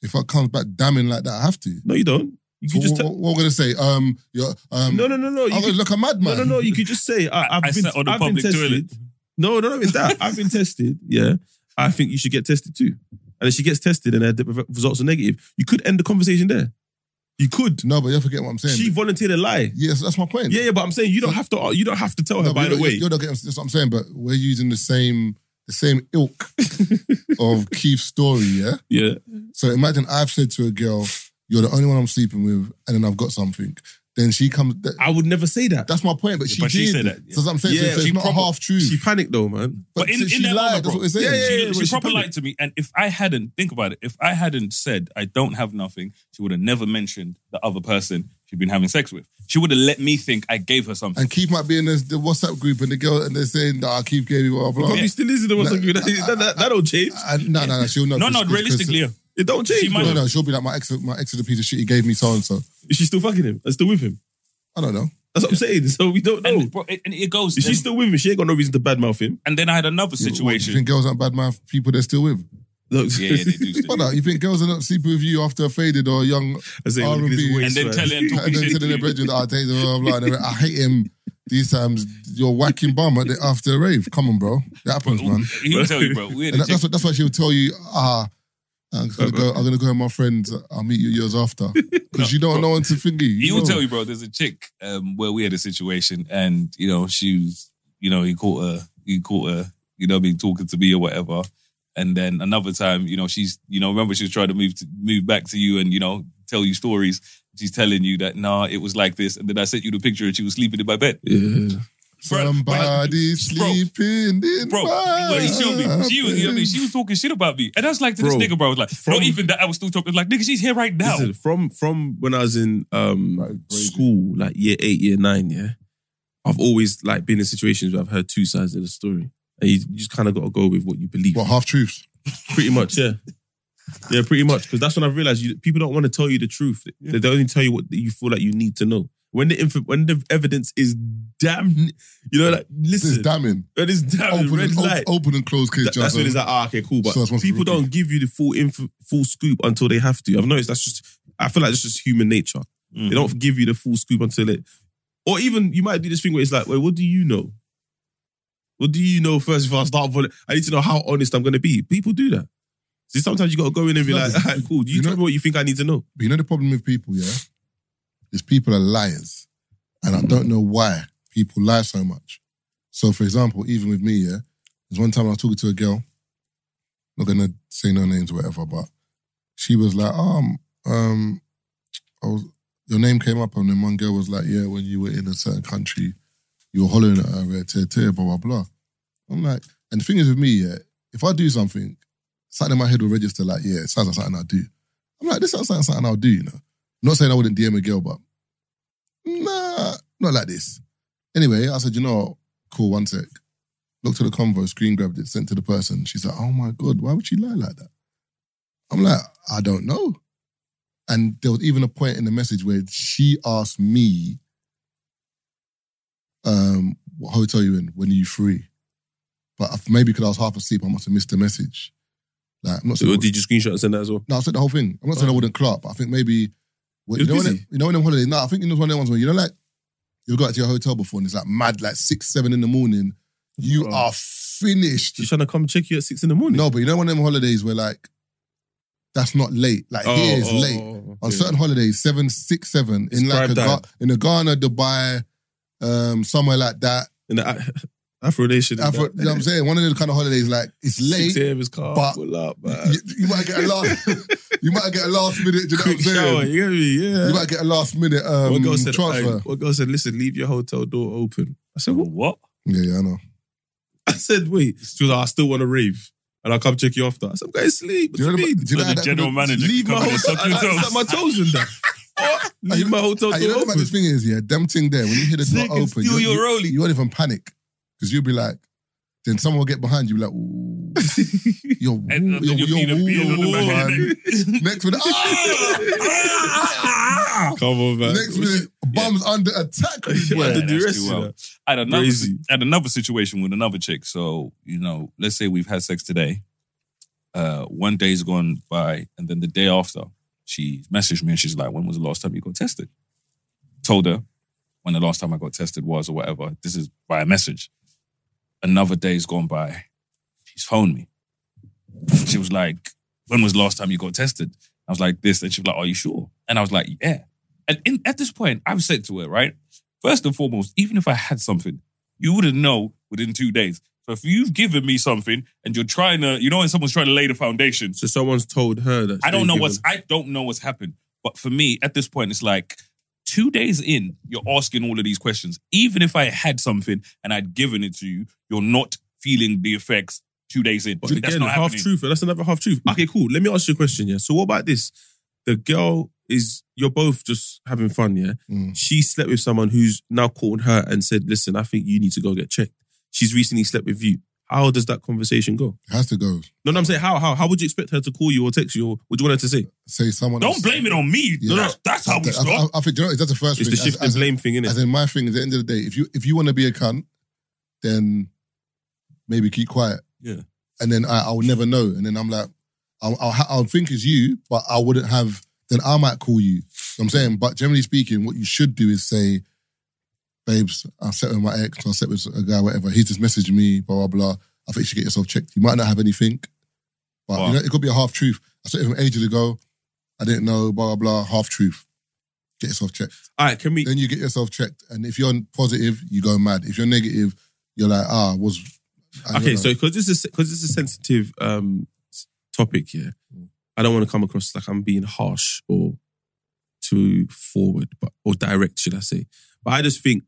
E: If I come back damning like that, I have to.
D: No, you don't. You
E: So
D: could just
E: what,
D: tell.
E: what, what we're gonna say? Um, you're, um,
D: No, no, no, no. You
E: I'm gonna
D: could,
E: look a madman.
D: no, no, no. You could just say, I,
F: I-
D: I've
F: I
D: been,
F: sat on a
D: I've been
F: public
D: tested.
F: toilet.
D: No, no, no, it's that. I've been tested. Yeah. I think you should get tested too. And if she gets tested and her d- results are negative, you could end the conversation there. You could.
E: No, but you're forgetting what I'm saying.
D: She volunteered a lie.
E: yes, that's my point.
D: Yeah, yeah, but I'm saying uh, you don't have to. You don't have to tell her.
E: No, but
D: by
E: you're
D: the
E: not-
D: way,
E: you're not getting. That's what I'm saying. But we're using the same the same ilk of Keith's story, yeah?
D: Yeah.
E: So imagine I've said to a girl, "You're the only one I'm sleeping with," and then I've got something. Then she comes. that-
D: I would never say that.
E: that's my point, but she
F: But
E: did.
F: she said that, yeah.
E: So that's what I'm saying. so,
D: Yeah,
E: so it's
D: she
E: not
D: proper-
E: half true.
D: She panicked though, man.
E: but
F: in,
E: so
F: in
E: she lied.
F: that moment,
E: That's
F: bro,
E: what we're saying.
D: Yeah, yeah,
F: she,
D: yeah,
F: she
D: but she
F: proper
D: put
F: lied to me. And if I hadn't, think about it, if I hadn't said I don't have nothing, she would have never mentioned the other person she'd been having sex with. She would have let me think I gave her something.
E: And Keith might be in this, the WhatsApp group, and the girl, and they're saying that I Keith gave you blah blah. blah.
D: Probably still is in the WhatsApp
E: No,
D: group. That, that, that, that don't change.
E: And, no, no, no, she'll know.
F: no,
E: It's-
F: no,
E: it's-
F: realistically, yeah.
D: It don't
F: She
D: change.
F: might-
E: no,
D: bro.
E: no, she'll be like my ex. My ex is a piece of shit. He gave me so and so.
D: Is she still fucking him? And still with him?
E: I don't know.
D: That's what I'm saying. So we don't know.
F: and, bro, it, and it goes.
D: Is she
F: and-
D: still with him? She ain't got no reason to badmouth him.
F: and then I had another
E: Do
F: situation.
E: you think girls aren't bad mouth people they're still with?
D: Look,
F: yeah, yeah, they do. still.
E: Well, no, you think girls are not sleeping with you after a faded or a young
D: I say, look at this
E: R&B.
D: waist,
F: And then
D: man.
F: tell her to-
E: and then to the brethren, I take the "Ah, blah, blah, blah, and I hate him. These times, you're whacking bum at the, after the rave. Come on, bro. That happens, man.
F: He'll tell you, bro. We had
E: And
F: a
E: that, that's
F: chick,
E: what that's what she'll tell you. Ah, I'm gonna go. I'm gonna go with my friends. I'll meet you years after because you don't know when to finger you.
F: he
E: you
F: will
E: know.
F: tell you, bro. There's a chick um, where we had a situation, and you know she was, you know, he caught her, he caught her, you know, what I mean, talking to me or whatever. And then another time, you know, she's, you know, remember she was trying to move to, move back to you and you know tell you stories. She's telling you that nah, it was like this, and then I sent you the picture, and she was sleeping in my bed.
D: Yeah.
F: Bro,
E: Somebody sleeping in
F: Bro,
E: my
F: like, she, was, she was, you know, what I mean, she was talking shit about me, and I was like to
D: Bro,
F: this nigga, bro. I was like,
D: from-
F: not even that. I was still talking like, nigga, she's here right now.
D: Listen, from from when I was in um
E: Like, crazy.
D: school, like year eight, year nine, yeah, I've always like been in situations where I've heard two sides of the story, and you, you just kind of got to go with what you believe.
E: What half truths?
D: Pretty much, yeah, yeah, pretty much. Because that's when I realized you, people don't want to tell you the truth. They, they only tell you what you feel like you need to know. When the inf- when the evidence is damn, you know, like
E: This is
D: listen,
E: damning.
D: when it's damn
E: Open
D: red
E: and,
D: light.
E: op- open and closed case.
D: Th- that's when
E: Jazza.
D: it's like, ah, okay, cool. But
E: So that's what's
D: people
E: rookie.
D: don't give you the full info, full scoop until they have to. I've noticed that's just. I feel like it's just human nature.
F: Mm.
D: They don't give you the full scoop until it, or even you might do this thing where it's like, wait, what do you know? What do you know first? If I start, vol- I need to know how honest I'm going to be. People do that. See, sometimes you got to go in and be
E: No,
D: like,
E: but-
D: alright, cool. You,
E: you
D: tell
E: know-
D: me what you think I need to know.
E: But you know the problem with people, yeah, is people are liars, and I don't know why people lie so much. So, for example, even with me, yeah, there's one time I was talking to a girl. Not gonna say no names or whatever, but she was like, um, um, I was, your name came up, and then one girl was like, yeah, when you were in a certain country, you were hollering at her, eh, tear, tear, blah blah blah. I'm like, and the thing is with me, yeah, if I do something, something in my head will register like, yeah, it sounds like something I do. I'm like, this sounds like something I'll do, you know. I'm not saying I wouldn't DM a girl, but nah, not like this. Anyway, I said, you know, what? cool, one sec. Looked at the convo, screen grabbed it, sent to the person. She's like, oh my God, why would she lie like that? I'm like, I don't know. And there was even a point in the message where she asked me, um, what hotel you in? When are you free? But I- maybe because I was half asleep, I must have missed the message. Like, I'm not
D: So
E: saying-
D: did you screenshot and send that as well?
E: no, I said the whole thing. I'm not saying I wouldn't clap. but I think maybe well, you
D: It
E: know
D: was
E: when
D: Oh. busy.
E: it- you know when them holidays. No, I think it was one of the ones where you know like you got to your hotel before and it's like mad, like six, seven in the morning. You
D: Bro.
E: are finished.
D: She's trying to come check you at six in the morning.
E: No, but you know one of them holidays where like that's not late. Like
D: Oh,
E: here is
D: oh,
E: late
D: oh,
E: on
D: yeah.
E: certain holidays, seven, six, seven
D: It's
E: in like a
D: prime
E: Ga-
D: time.
E: in a Ghana, Dubai, um, somewhere like that.
D: in the Af- Afro nation.
E: Afro, you know what I'm saying? One of those kind of holidays, like it's late.
D: Six a.m. is calm.
E: but-
D: Pull up, man.
E: You, you might get a last. you might get a last minute. Do you know what I'm
D: Quick
E: saying?
D: shower, you get me? Yeah.
E: You might get a last minute um,
D: What girl said,
E: transfer.
D: "Hey, what girl said, listen, leave your hotel door open. I said, what?
F: What?
E: yeah, yeah, I know.
D: I said, wait. She was like, I still want to rave. And I'll come check you after. I said, I'm going to sleep. What do you mean?
E: do you
F: So the
E: how that-
F: general manager
D: leave
F: can
D: my
F: come in and
D: hotel.
F: suck
D: I,
F: your
D: I,
F: toes.
D: I, my toes in there. What? leave my hotel
E: Hey, you know
D: door
E: what the
D: open.
E: maddest thing is, yeah, them thing there, when you hear the
F: They
E: door
F: can
E: open,
F: steal
E: you,
F: your
E: you-
F: rollie.
E: you won't even panic. Because you'll be like, then someone will get behind you, be like, ooh, you're,
F: And then
E: you're,
F: your feet
E: you're,
F: are peeling on the
E: woo,
F: back of your
E: man. Next minute, ah!
D: Come on, man.
E: Next minute, bums under attack. big
D: Yeah,
E: boy.
D: the
F: that's
D: duress,
F: too
D: you
F: well.
D: know.
F: at another
D: Crazy.
F: at another situation with another chick. So you know, let's say we've had sex today. Uh, one day's gone by, and then the day after, she messaged me and she's like, "When was the last time you got tested?" Told her when the last time I got tested was or whatever. This is by a message. Another day's gone by. She's phoned me. She was like, "When was the last time you got tested?" I was like, "This," and she was like, "Are you sure?" And I was like, "Yeah." And in, at this point, I've said to her, right? First and foremost, even if I had something, you wouldn't know within two days. So if you've given me something and you're trying to, you know, when someone's trying to lay the foundation,
D: So someone's told her that.
F: I don't
D: they've
F: know
D: given-
F: what's I don't know what's happened. But for me, at this point, it's like two days in, you're asking all of these questions. Even if I had something and I'd given it to you, you're not feeling the effects two days in.
D: But
F: That's
D: again,
F: not
D: half
F: happening.
D: truth. That's another half truth. Okay, cool. Let me ask you a question. Yeah. So what about this? The girl is you're both just having fun. Yeah.
E: Mm.
D: She slept with someone who's now called her and said, "Listen, I think you need to go get checked." She's recently slept with you. How does that conversation go?
E: It has to go.
D: No, no, I'm saying how how how would you expect her to call you or text you or what do you want her to say?
E: Say someone.
F: Don't
E: else-
F: blame it on me.
E: Yeah.
F: That's, that's how we
E: That's-
F: start.
E: I, I think you know, that's the first
D: It's
E: thing.
D: the shift
E: as,
D: and blame thing,
E: as,
D: innit?
E: as in my thing, at the end of the day, if you if you want to be a cunt, then maybe keep quiet.
D: Yeah.
E: And then I, I'll never know. And then I'm like, I'll, I'll, ha- I'll think it's you, but I wouldn't have. Then I might call you. You know what I'm saying, but generally speaking, what you should do is say, "Babes, I set with my ex, or I set with a guy, whatever. He's just messaged me, blah blah blah. I think you should get yourself checked. You might not have anything, but
F: Wow.
E: you know, it could be a half truth. I said him ages ago. I didn't know, blah blah blah. Half truth. Get yourself checked
D: All right, can we
E: then you get yourself checked. And if you're positive, you go mad. If you're negative, you're like, ah, was I don't
D: okay,
E: know.
D: so because this is because this is a sensitive um s- topic here, I don't want to come across like I'm being harsh or too forward, but or direct, should I say? But I just think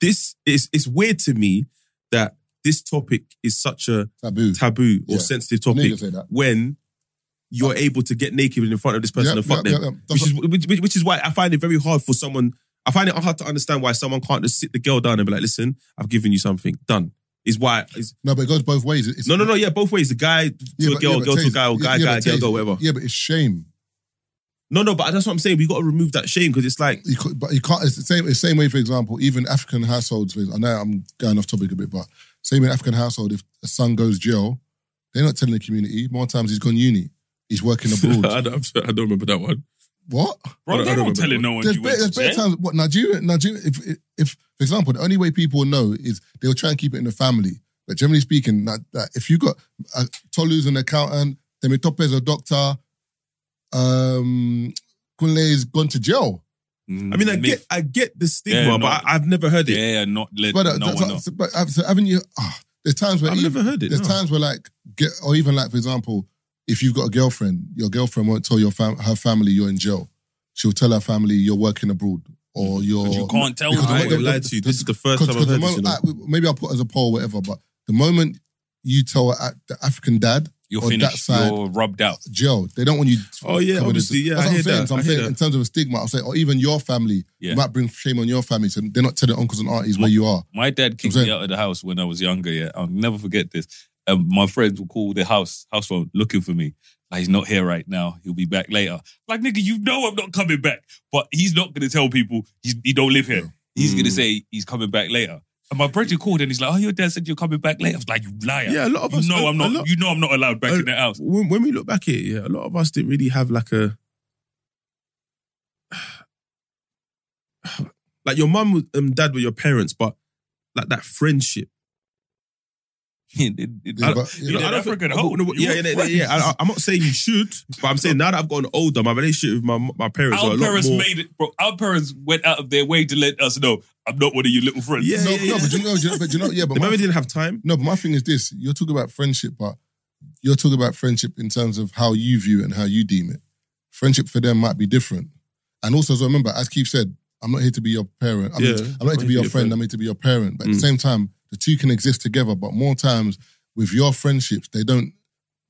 D: this is it's weird to me that this topic is such a
E: taboo.
D: taboo or
E: Yeah.
D: sensitive
E: I knew
D: topic
E: you'd say that.
D: when you're able to get naked in front of this person
E: Yep,
D: and fuck
E: yep,
D: them
E: yep, yep. That's
D: which is which, which- which is why I find it very hard for someone. I find it hard to understand why someone can't just sit the girl down and be like, "Listen, I've given you something. Done." Is why. Is,
E: no, but it goes both ways. It's,
D: no, no, no. Yeah, both ways. The guy to
E: Yeah,
D: a
E: but-
D: girl,
E: yeah, but
D: girl to a
E: Taze-
D: guy, or guy,
E: yeah,
D: guy,
E: but
D: girl,
E: Taze-
D: girl, whatever.
E: Yeah, but it's shame.
D: No, no. But that's what I'm saying. We got to remove that shame because it's like
E: You could- but you can't. It's the same. It's the same way. For example, even African households. for- I know I'm going off topic a bit, but same in African household. If a son goes jail, they're not telling the community. More times he's gone uni. He's working abroad.
D: I, don't, I don't remember that one.
E: what?
D: I
F: Bro,
D: don't- I
F: they
D: don't
F: don't tell
D: remember.
F: it no one.
E: There's,
F: you
E: ba-
F: went
E: there's
F: to
E: better
F: jail.
E: times. What Nigeria? Nigeria. If, if, if, for example, the only way people know is they'll try and keep it in the family. But generally speaking, that, that if you got uh, Tolu's an accountant, Demitope's a doctor, um, Kunle's gone to jail.
D: I mean, I
F: Mm,
D: get, I get the stigma,
F: Yeah, no.
D: but I, I've never heard it.
F: yeah, not let
E: But, uh,
F: no
E: that's-
F: one know.
E: so, but uh, so haven't you? ah, there's times where
D: I've
E: even-
D: never heard it.
E: there's
D: no.
E: times where like get or even like for example, if you've got a girlfriend, your girlfriend won't tell your fam- her family you're in jail. She'll tell her family you're working abroad or you're
F: But you can't tell
E: because the
D: I
E: way-
F: them.
D: ain't gonna lie to you. This is the first
E: Because
D: time I've
E: the
D: heard this. You
E: moment,
D: know?
E: I- maybe I'll put it as a poll, whatever. But the moment you tell a, the African dad
F: You're
E: on that
F: finished.
E: side-
F: You're rubbed out.
E: jail, they don't want you.
D: Oh yeah,
E: covered
D: obviously,
E: as-
D: yeah.
E: That's
D: I
E: what
D: hear
E: I'm saying.
D: that.
E: So I'm
D: I hear
E: saying
D: that.
E: in terms of a stigma, I'll say, or even your family
F: Yeah.
E: you might bring shame on your family. So they're not telling uncles and aunties where you are.
F: My dad kicked
E: I'm saying-
F: me out of the house when I was younger. Yeah, I'll never forget this. Um, my friends would call the house house phone looking for me. Like he's not here right now. He'll be back later. Like nigga, you know I'm not coming back. But he's not gonna tell people he's, he don't live here. He's gonna say he's coming back later. And my brother called and he's like, "Oh, your dad said you're coming back later." I was like, "You liar!
D: Yeah, a lot of
F: you
D: us-
F: know
D: a-
F: I'm
D: a
F: not.
D: lot- Oh.
F: you know I'm not allowed back
D: a-
F: in the house."
D: when, when we look back at it, yeah, a lot of us didn't really have like a like your mum and dad were your parents, but like that friendship.
E: Yeah,
D: I-
E: but- yeah, but-
F: you know,
D: don't
F: African
D: think-
F: hoe.
D: no, yeah, yeah,
F: You're
D: yeah, yeah. I, I'm not saying you should, but I'm saying now that I've gotten older, my relationship with my my parents are
F: our
D: a lot
F: parents
D: more.
F: made it, bro. Our parents went out of their way to let us know I'm not one of your little friends.
D: Yeah,
E: no,
D: yeah, yeah.
E: no, but you know, you know- but you know, yeah, but
D: the
E: my,
D: moment didn't have time.
E: no, but my thing is this: you're talking about friendship, but you're talking about friendship in terms of how you view it and how you deem it. Friendship for them might be different, and also, so remember, as Keith said, I'm not here to be your parent. I'm,
D: Yeah,
E: I'm not here to be your friend. I'm here to be your parent. But at the
D: Mm.
E: same time, the two can exist together. But more times with your friendships, they don't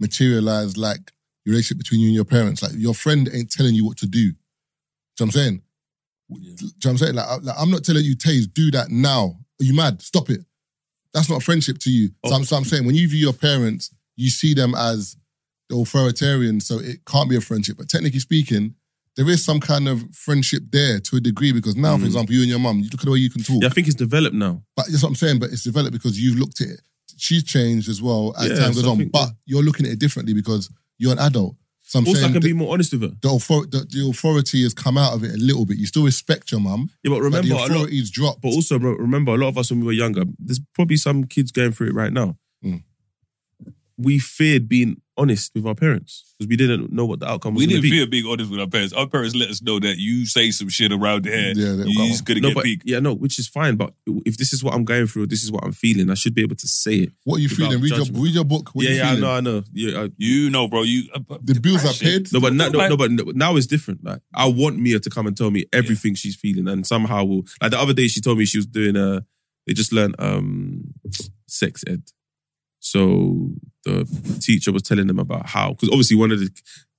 E: materialize like your relationship between you and your parents. Like your friend ain't telling you what to do. Do you know what I'm saying? Do you know what I'm saying? Like, I- like, I'm not telling you, Taze, do that now. Are you mad? Stop it. That's not friendship to you. So, I'm, so I'm saying when you view your parents, you see them as the authoritarian, so it can't be a friendship. But technically speaking, there is some kind of friendship there to a degree because now, for example, you and your mum, you look at the way you can talk.
D: Mm. Yeah, I think it's developed now.
E: But that's what I'm saying. But it's developed because you've looked at it. She's changed as well as
D: Yeah,
E: time goes
D: so I
E: on.
D: think-
E: But you're looking at it differently because you're an adult. So I'm
D: also, I
E: saying
D: can
E: the,
D: be more honest with her.
E: the, author- the, the authority has come out of it a little bit. You still respect your mum.
D: Yeah, but
E: but
D: remember, a
E: the
D: lot,
E: authority's dropped.
D: But also re- remember, a lot of us when we were younger, there's probably some kids going through it right now.
E: Mm.
D: We feared being honest with our parents because we didn't know what the outcome was.
F: We
D: gonna
F: didn't
D: be.
F: feel being honest with our parents. Our parents let us know that you say some shit around there.
E: Yeah, they'll
F: you
E: come
F: just
E: up.
F: gonna
D: no,
F: get
D: but
F: peaked.
D: yeah, no, which is fine. But if this is what I'm going through, this is what I'm feeling, I should be able to say it.
E: What are you
D: Without
E: feeling? Read your,
D: judgment.
E: read your book. What
D: yeah,
E: you
D: yeah, I
E: feeling?
D: know, I know. Yeah, I,
F: You know, bro. You
E: The bills are
F: That shit.
E: paid.
D: No, but now, no,
F: Like-
D: no, but now it's different. Like I want Mia to come and tell me everything she's feeling, and somehow will. Like the other day, she told me she was doing a. They just learned um, sex ed, so the teacher was telling them about how because obviously one of the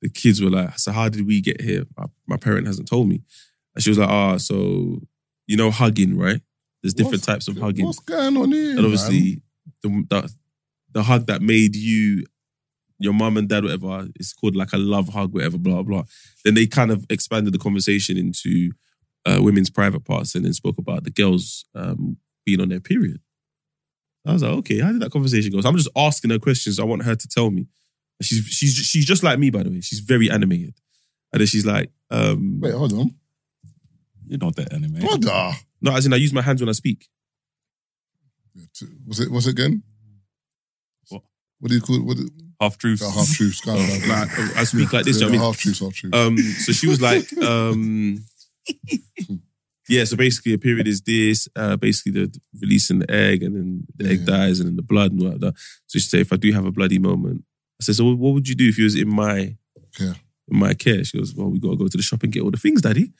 D: the kids were like, "So how did we get here? My, my parent hasn't told me." And she was like, "Ah, so you know hugging, right? There's different
E: What's-
D: types of hugging."
E: What's going on here?
D: and
E: man?
D: obviously the, the the hug that made you your mum and dad whatever it's called like a love hug whatever blah blah then they kind of expanded the conversation into uh, women's private parts and then spoke about the girls um, being on their period I was like okay how did that conversation go so I'm just asking her questions I want her to tell me And she's she's she's just like me by the way she's very animated and then she's like um,
E: Wait, hold on.
F: You're not that anime.
E: Brother.
D: no as in I use my hands when I speak
E: Was it, was it again?
F: What?
E: What do you call it? What do,
F: Half truth.
E: the Oh, half truths. Kind of
D: like I speak like this you know what I mean
E: Half truths, half truths.
D: Um, so she was like, um, yeah, so basically a period is this, uh, basically the releasing the egg and then the egg
E: Yeah.
D: dies and then the blood and all that. So she said, if I do have a bloody moment, I said, so what would you do if you was in my
E: Care.
D: in my care? She goes, well, we got to go to the shop and get all the things, daddy.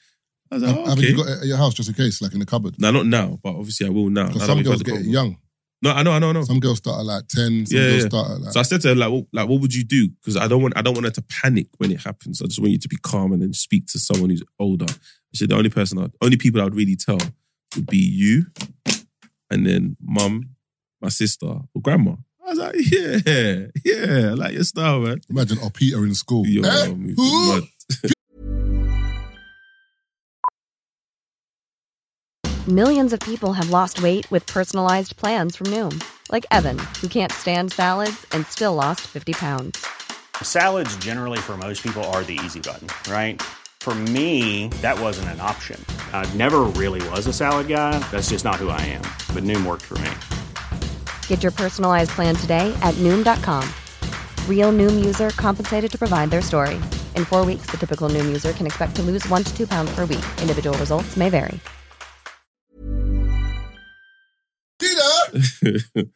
D: I was like, oh,
E: Haven't
D: okay.
E: you got it at your house just in case, like in the cupboard?
D: no, not now, but obviously I will now. now
E: Because
D: that
E: some
D: we've had
E: girls
D: the
E: get it
D: convo.
E: young.
D: No, I know, I know, I know.
E: Some girls start at like 10, some
D: Yeah,
E: girls
D: yeah.
E: start at like.
D: So I said to her, like, what, like, what would you do? Because I don't want, I don't want her to panic when it happens. I just want you to be calm and then speak to someone who's older. I said the only person, I'd, only people I'd really tell would be you, and then mum, my sister, or grandma. I was like, yeah, yeah, I like your style, man.
E: imagine, or Peter in school.
D: Yo,
E: Eh?
D: um, you've been
E: Who?
D: mad.
G: Millions of people have lost weight with personalized plans from Noom, like Evan, who can't stand salads and still lost 50 pounds.
H: Salads, generally, for most people, are the easy button, right? For me, that wasn't an option. I never really was a salad guy. That's just not who I am. But Noom worked for me.
G: Get your personalized plan today at Noom.com. Real Noom user compensated to provide their story. In four weeks, the typical Noom user can expect to lose one to two pounds per week. Individual results may vary.
E: Peter!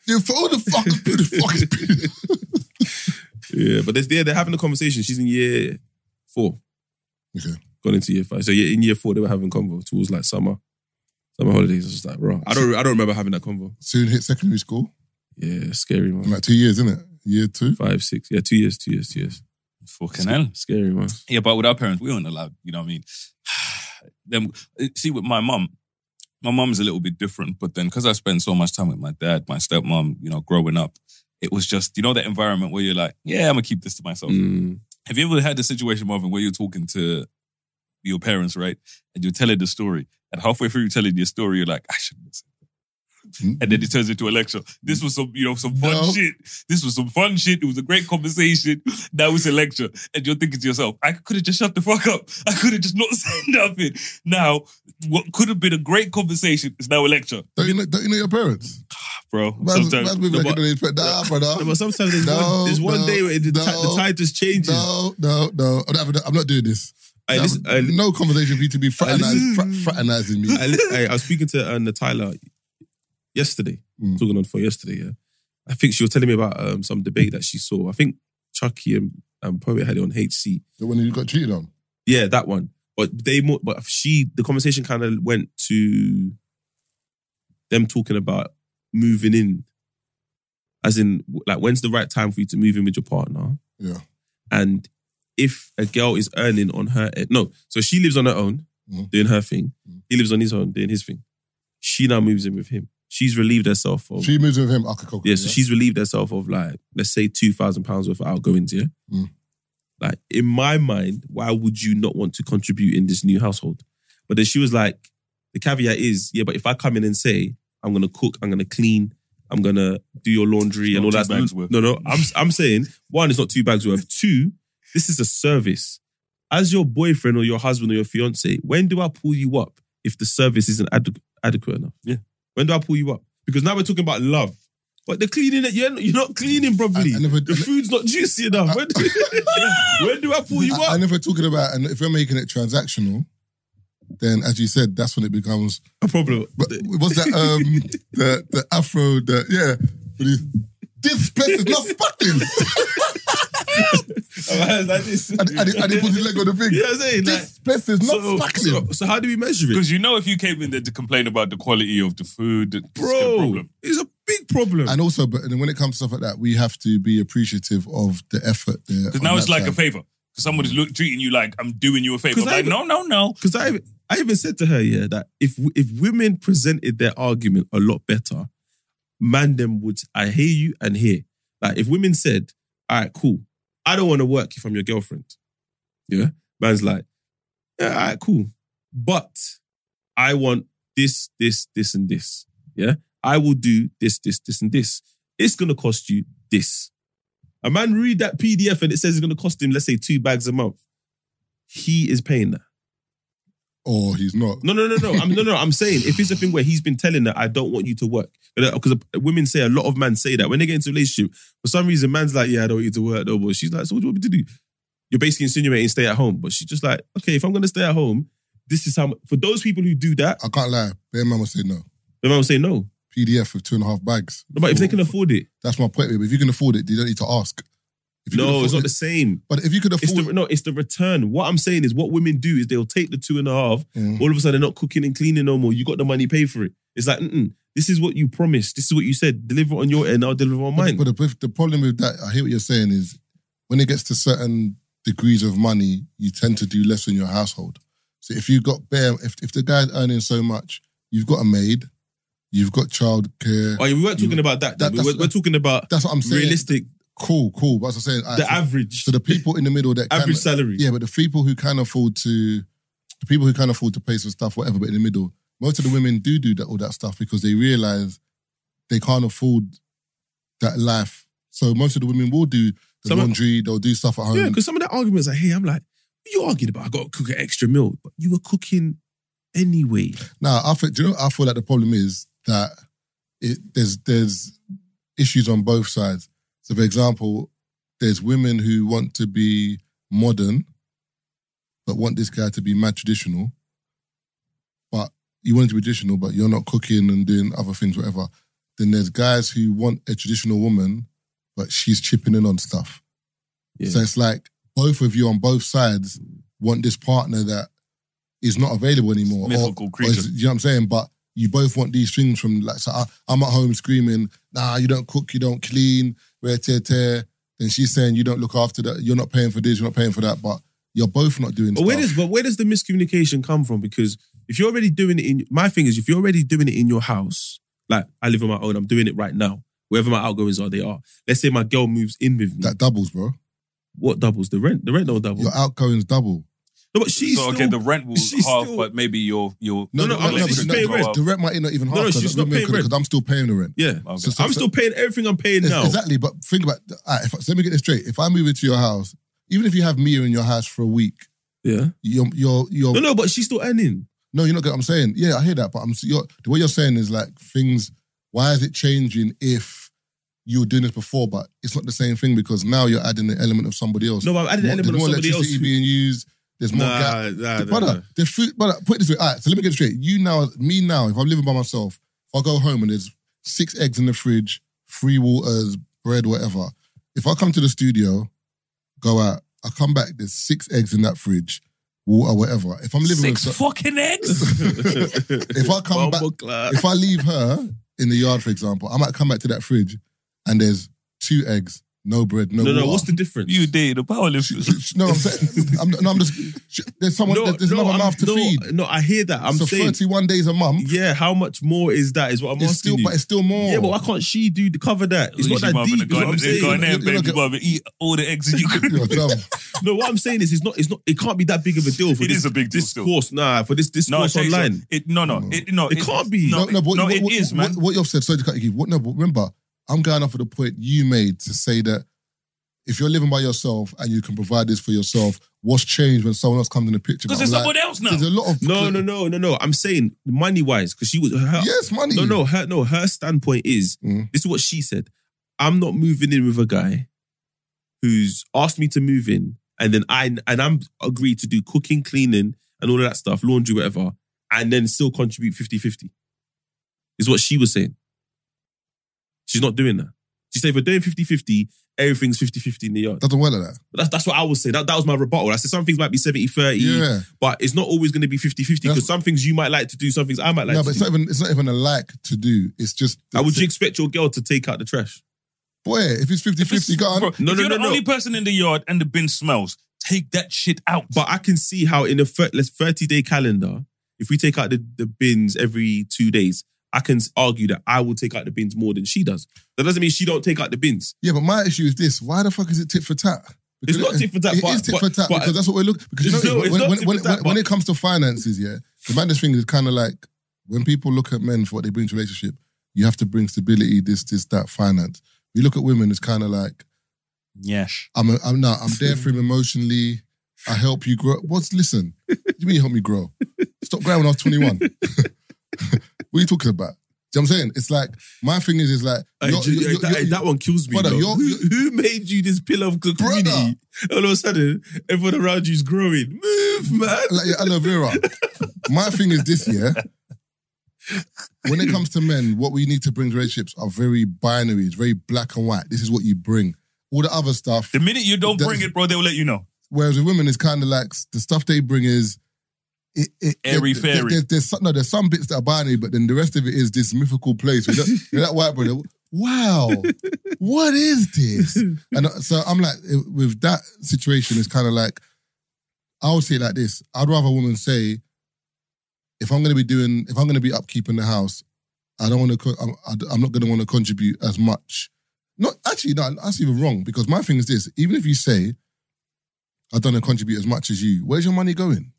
E: you for all the fuckers, who the fuck is Peter?
D: yeah, but they're, they're having a conversation. She's in year four,
E: Okay.
D: gone into year five. So yeah, in year four they were having convo towards like summer, summer holidays. I was just like, bro, I don't, I don't remember having that convo.
E: Soon hit secondary school.
D: Yeah, scary man.
E: In like two years, isn't it? Year two.
D: five, six. Yeah, two years, two years, two years.
F: Fucking hell.
D: Scary, man.
F: Yeah, but with our parents, we weren't allowed. You know what I mean? Them see with my mum, my mum's a little bit different. But then, because I spent so much time with my dad, my stepmom, you know, growing up, it was just you know that environment where you're like, yeah, I'm gonna keep this to myself.
D: Mm,
F: Have you ever had the situation, Marvin, where you're talking to your parents, right, and you're telling the story, and halfway through you telling your story, you're like, I shouldn't listen. And then it turns into a lecture. This was some, you know, some fun
E: No.
F: shit. This was some fun shit. It was a great conversation. Now it's a lecture. And you're thinking to yourself, I could have just shut the fuck up. I could have just not said nothing. Now, what could have been a great conversation is now a lecture.
E: Don't you know, don't you know your parents?
F: Bro,
E: Man's,
F: sometimes-
E: man's moving
F: No,
E: like
F: but-
E: they expect that,
D: No,
E: brother.
D: but sometimes there's
E: No,
D: one, there's one
E: no,
D: day where the, ti-
E: no,
D: the tide just changes.
E: No, no, no. I'm not, I'm not doing this.
D: I, listen, I,
E: no conversation for you to be fraternizing, fra- fraternizing me.
D: I, li- I- I was speaking to uh, Natalia yesterday,
E: Mm.
D: talking on for yesterday. Yeah, I think she was telling me about um, some debate that she saw. I think Chucky and, and Poet had it on HC.
E: The one you got cheated on.
D: Yeah, that one. But they more, but she the conversation kind of went to them talking about moving in, as in like when's the right time for you to move in with your partner?
E: Yeah.
D: and if a girl is earning on her e, no, so she lives on her own
E: Mhm.
D: doing her thing,
E: Mhm.
D: he lives on his own doing his thing. She now moves in with him. She's relieved herself of
E: She moves with him. Okay, cool. cool,
D: Oh. yeah, so she's relieved herself of like, let's say two thousand pounds worth of outgoings, yeah.
E: Mm.
D: Like in my mind, why would you not want to contribute in this new household? But then she was like, the caveat is, yeah, but if I come in and say I'm gonna cook, I'm gonna clean, I'm gonna do your laundry and all
F: Not
D: that,
F: two bags worth.
D: no, no, I'm I'm saying one, it's not two bags worth. Two, this is a service. As your boyfriend or your husband or your fiance, when do I pull you up if the service isn't adequ- adequate enough?
F: Yeah.
D: When do I pull you up? Because now we're talking about love. But the cleaning, you're not, you're not cleaning properly.
E: I- I never-
D: the food's not juicy enough. when, do, when do I pull you
E: I, I
D: up?
E: never talking about, and if you're making it transactional, then as you said, that's when it becomes.
D: A problem.
E: But was that um the the Afro the yeah? when he- This place is not sparkling,
D: like this.
E: and, and, he, and he put his leg on the thing.
D: Yeah, I'm saying, like-
E: this place is not
D: so,
E: sparkling.
D: so, so how do we measure it?
F: Because you know, if you came in there to complain about the quality of the food, it's a
D: Bro,
F: problem.
D: it's a big problem.
F: Hmm.
E: and also, but and when it comes to stuff like that, we have to be appreciative of the effort there.
F: Because
E: on
F: now
E: that
F: it's like a
E: side.
F: favor. Because somebody's look, treating you like I'm doing you a favor.
D: 'Cause
F: I'm like,
D: I-
F: no, no, no.
D: Because I, I even said to her, yeah, that if if women presented their argument a lot better, man them would I hear you and hear. Like if women said, all right, cool, I don't want to work if I'm your girlfriend. Yeah. Man's like, yeah, all right, cool. But I want this, this, this, and this. Yeah. I will do this, this, this, and this. It's gonna cost you this. A man read that PDF and it says it's gonna cost him, let's say, two bags a month. He is paying that.
E: or he's not.
D: No, no, no, no. I'm no, no. I'm saying if it's a thing where he's been telling her, I don't want you to work, because uh, women say a lot of men say that when they get into a relationship, for some reason, man's like, yeah, I don't want you to work, though. But she's like, so what do you want me to do? You're basically insinuating stay at home, but she's just like, okay, if I'm gonna stay at home, this is how. mu- For those people who do that,
E: I can't lie. Bear man will say no.
D: the man will say no.
E: PDF with two and a half bags.
D: No, but if they can afford it,
E: That's my point. babe. If you can afford it, you don't need to ask. If you can
D: no,
E: afford
D: it's not
E: it-
D: the same.
E: But if you could
D: It's
E: afford
D: the no, it's the return. What I'm saying is, what women do is they'll take the two and a half. All of a sudden, they're not cooking and cleaning no more. You got the money, pay for it. It's like, mm-mm, this is what you promised. This is what you said. Deliver on your end, I'll deliver on mine.
E: But, but the, the problem with that, I hear what you're saying, is when it gets to certain degrees of money, you tend to do less in your household. So if you got bare, if, if the guy's earning so much, you've got a maid, you've got childcare.
D: Oh, yeah, we weren't talking about that.
E: That-
D: then. we
E: that's-
D: were, we're talking about
E: That's what I'm saying.
D: realistic,
E: Cool, cool. But as I'm saying,
D: the
E: average.
D: average,
E: So the people in the middle that
D: average
E: can,
D: salary.
E: Yeah, but the people who can afford to, the people who can afford to pay for stuff, whatever, but in the middle, most of the women do do that, all that stuff because they realize they can't afford that life. So most of the women will do the
D: Some of-
E: laundry, they'll do stuff at home.
D: Yeah, because some of the arguments I hear, I'm like, what you arguing about? I got to cook an extra meal, but you were cooking anyway.
E: Now, I feel, do you know, I feel like the problem is that it, there's there's issues on both sides. So, for example, there's women who want to be modern, but want this guy to be mad traditional. But you want him to be traditional, but you're not cooking and doing other things, whatever. Then there's guys who want a traditional woman, but she's chipping in on stuff.
D: Yeah.
E: So it's like both of you on both sides want this partner that is not available anymore. or-
F: Mythical creature.
E: or is- you know what I'm saying? But you both want these things from like so I, I'm at home screaming, nah, you don't cook, you don't clean, rare tear tear. Then she's saying you don't look after that, you're not paying for this, you're not paying for that, but you're both not doing
D: But where
E: stuff.
D: does but where does the miscommunication come from? Because if you're already doing it in my thing is if you're already doing it in your house, like I live on my own, I'm doing it right now. Wherever my outgoings are, they are. Let's say my girl moves in with me.
E: that doubles, bro.
D: what doubles the rent? The rent don't double.
E: Your outgoings double.
D: no, but she's
F: so
D: still,
F: okay, the rent will
D: she's
F: half,
D: still-
F: but maybe your your
D: No, no,
F: your
D: I'm
F: leverage
D: she's
F: will
D: paying
F: go
D: rent.
F: up.
E: The rent might not even half
D: no, she's
E: because
D: not paying rent.
E: I'm still paying the rent.
D: yeah.
F: Okay.
E: So- so-
D: I'm
E: so-
D: still paying everything I'm paying
E: Ex-
D: now.
E: Exactly, but think about. all right, if, so let me get this straight. If I move into your house, even if you have Mia in your house for a week,
D: Yeah.
E: you're you're you're
D: No, no, but she's still earning.
E: No, you're not. Getting, I'm saying, yeah, I hear that, but I'm you're, what you're saying is like things. Why is it changing if you were doing this before, but it's not the same thing because now you're adding an element of somebody else.
D: No, but I'm adding an
E: More-
D: element
E: there's
D: of
E: more
D: somebody else
E: electricity
D: who-
E: being used. There's more gas.
D: nah, nah,
E: brother,
D: nah.
E: the food. Brother, put it this way. All right, so let me get it straight. You now, me now. If I'm living by myself, if I go home and there's six eggs in the fridge, three waters, bread, whatever. If I come to the studio, go out, I come back. There's six eggs in that fridge, water, whatever. If I'm living with
F: Six
E: so-
F: fucking eggs.
E: if I come back,
D: Bumble clock.
E: if I leave her in the yard, for example, I might come back to that fridge and there's two eggs, no bread, no.
D: No, no,
E: water.
D: what's the difference?
F: you did the powerlifters.
E: No, I'm saying, I'm, no, I'm just. sh- There's someone.
D: no,
E: there's
D: no,
E: another
D: I'm-
E: mouth to
D: no,
E: feed.
D: No, I hear that. I'm
E: so
D: saying
E: 31 days a month.
D: Yeah, how much more is that? Is what I'm
E: it's
D: asking
E: still,
D: you.
E: but it's still more.
D: Yeah, but why can't she do the cover that? It's not that deep. Is what I'm
F: Go in
D: saying.
F: there,
E: You're- you're
F: baby.
E: not
F: mother, eat all the eggs in your
E: You're dumb.
D: No, what I'm saying is, it's not. It's not. It can't be that big of a deal. For
F: It
D: this,
F: is a big deal
D: This
F: still.
D: course, nah, for this this course
F: it's-
D: online.
F: It, no, no, it, no,
D: It can't be.
F: No,
E: No, no, but
F: no,
E: what,
F: it
E: what-
F: is, man.
E: What, what you've said, sorry to cut you. Keith. What, no, but remember, I'm going off of the point you made to say that if you're living by yourself and you can provide this for yourself, what's changed when someone else comes in the picture.
F: Because
E: But I'm
F: there's
E: like,
F: someone else now.
E: There's a lot of
D: No, no, no, no, no. I'm saying money wise, because she was her.
E: Yes, money.
D: No, no, her no. Her standpoint is
E: Mm.
D: this is what she said. I'm not moving in with a guy who's asked me to move in, and then I and I'm agreed to do cooking, cleaning, and all of that stuff, laundry, whatever, and then still contribute 50-50. Is what she was saying. She's not doing that. She said if we're doing 50-50, everything's 50-50 in the yard.
E: Doesn't work like that.
D: But that's, that's what I would say. That, that was my rebuttal. I said some things might be 70-30,
E: Yeah.
D: but it's not always going to be 50-50 because
E: That's-
D: some things you might like to do, some things I might like
E: no,
D: to
E: but it's
D: do.
E: not even it's not even a like to do. It's just
D: How would you expect your girl to take out the trash?
E: boy, if it's 50-50, go on.
F: Bro,
D: No,
F: if
D: no,
F: you're
D: no,
F: the
D: no.
F: only person in the yard and the bin smells, take that shit out.
D: But I can see how in a thir- let's 30 day calendar, if we take out the, the bins every two days, I can s- argue that I will take out the bins more than she does. That doesn't mean she don't take out the bins.
E: Yeah, but my issue is this: Why the fuck is it tit for tat?
D: It's not tit for tat,
E: It
D: but-
E: is tit
D: but-
E: for tat
D: but-
E: because that's what we're looking. Because you know,
D: No, it's
E: when, when,
D: not
E: when,
D: tit for
E: when,
D: tat,
E: when
D: but-
E: it comes to finances, yeah, the madness thing is kind of like when people look at men for what they bring to relationship. You have to bring stability, this, this, that, finance. We look at women; it's kind of like
F: Yes.
E: I'm, a, I'm not. I'm there for him emotionally. I help you grow. What's listen? What do you mean you help me grow? Stop growing when I was 21. what are you talking about? Do you know what I'm saying? It's like my thing is, is like
D: Hey,
E: you're-
D: Uh, Ju-
E: you're-
D: hey,
E: you're-
D: that, hey,
E: you're-
D: that one kills me.
E: Brother,
D: though.
E: you're-
D: who, who made you this pillar of the
E: Brother.
D: community? All of a sudden, everyone around you is growing. Move, man.
E: like your aloe vera. My thing is this, yeah. When it comes to men, what we need to bring to relationships are very binary, it's very black and white. This is what you bring. All the other stuff.
F: The minute you don't
E: That's-
F: bring it, bro, they'll let you know.
E: Whereas with women, it's kind of like the stuff they bring is. It, it,
F: Airy
E: there-
F: fairy.
E: There's, there's some, no, there's some bits that are binary, but then the rest of it is this mythical place. You know, you know that white brother. Wow, what is this? And uh, so I'm like, eh, with that situation, it's kind of like, I would say it like this: I'd rather a woman say, if I'm going to be doing, if I'm going to be upkeeping the house, I don't want to. Co- I'm, I d- I'm not going to want to contribute as much. Not actually, no, that's even wrong because my thing is this: even if you say, I don't want to contribute as much as you, where's your money going?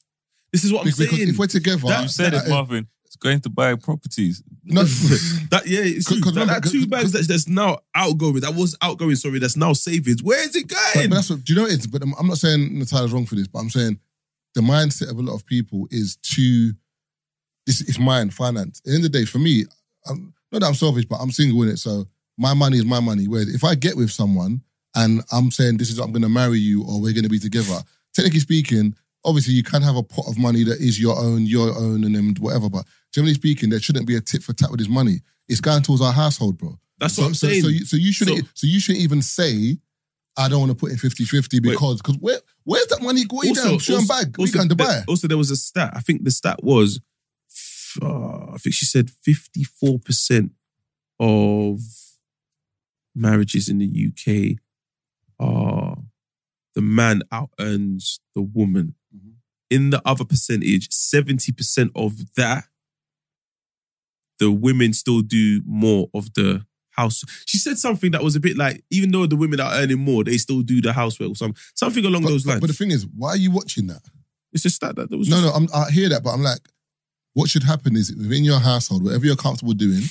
D: This is what I'm
E: Because
D: saying.
E: if we're together,
F: you said it, Marvin. It's going to buy properties.
E: No,
D: That yeah, it's
E: Cause-
D: true.
E: cause
D: that,
E: remember-
D: that two
E: cause-
D: bags that, that's now outgoing. That was outgoing. Sorry, that's now savings. Where is it
E: But,
D: going?
E: but that's what, do you know what it is? But I'm, I'm not saying Natalia's wrong for this, but I'm saying the mindset of a lot of people is too, it's, it's mine, finance. At the end of the day, for me, I'm, not that I'm selfish, but I'm single in it. So my money is my money. Whereas if I get with someone and I'm saying, this is, I'm going to marry you or we're going to be together, technically speaking, obviously you can have a pot of money that is your own, your own, and then whatever. But generally speaking, there shouldn't be a tit for tat with his money. It's going towards our household, bro.
D: That's
E: so,
D: what I'm
E: so-
D: saying.
E: So you, so you shouldn't. e,
D: So-
E: So, you shouldn't even say, "I don't want to put in 50-50 because because where where's that money going down? Show and bag. We can
D: there,
E: Dubai.
D: also, there was a stat. I think the stat was, f- uh, I think she said fifty four percent of marriages in the UK are the man out earns the woman.
E: Mm-hmm.
D: In the other percentage, seventy percent of that, the women still do more of the house. She said something that was a bit like, even though the women are earning more, they still do the housework or something, something along
E: But,
D: those
E: but-
D: lines.
E: but the thing is, why are you watching that?
D: It's just that that, that was
E: No,
D: just,
E: no, I'm, I hear that, but I'm like, what should happen is within your household, whatever you're comfortable doing,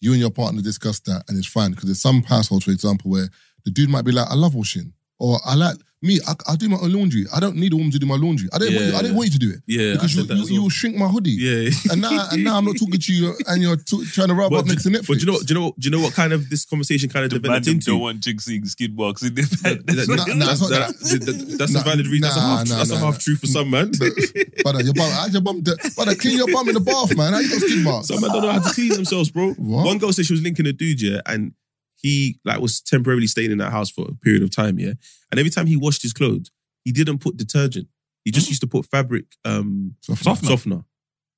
E: you and your partner discuss that, and it's fine because there's some households, for example, where the dude might be like, "I love washing," or "I like me, I, I do my own laundry. I don't need a woman to do my laundry. I don't, want, you, I
D: Yeah.
E: don't want you to do it
D: yeah,
E: because
D: I
E: you,
D: said that
E: you,
D: as
E: you
D: well.
E: will shrink my hoodie."
D: yeah.
E: And now, and now uh, I'm not talking to you, and you're t- trying to rub
D: But
E: up next to
D: do,
E: Netflix.
D: but do you know? Do you know? Do you know what kind of this conversation kind of
F: The man
D: developed
F: them
D: into?
F: don't want jigsing skid box in their
D: That- that-
E: Nah,
D: that-
E: nah, it's not
D: that-
E: that.
D: that- That's a
E: Nah,
D: valid reason. That's a
E: nah,
D: half.
E: nah,
D: That's a
E: nah,
D: half
E: nah.
D: truth for some man.
E: Brother, your bum, how's your bum di- brother, clean your bum in the bath, man. How you got skin marks?
D: Some men don't know how to clean themselves, bro.
E: What?
D: One girl said she was linking a dude, yeah, and he like was temporarily staying in that house for a period of time, yeah. And every time he washed his clothes, he didn't put detergent. He just used to put fabric um,
E: Mm. Softener.
D: softener,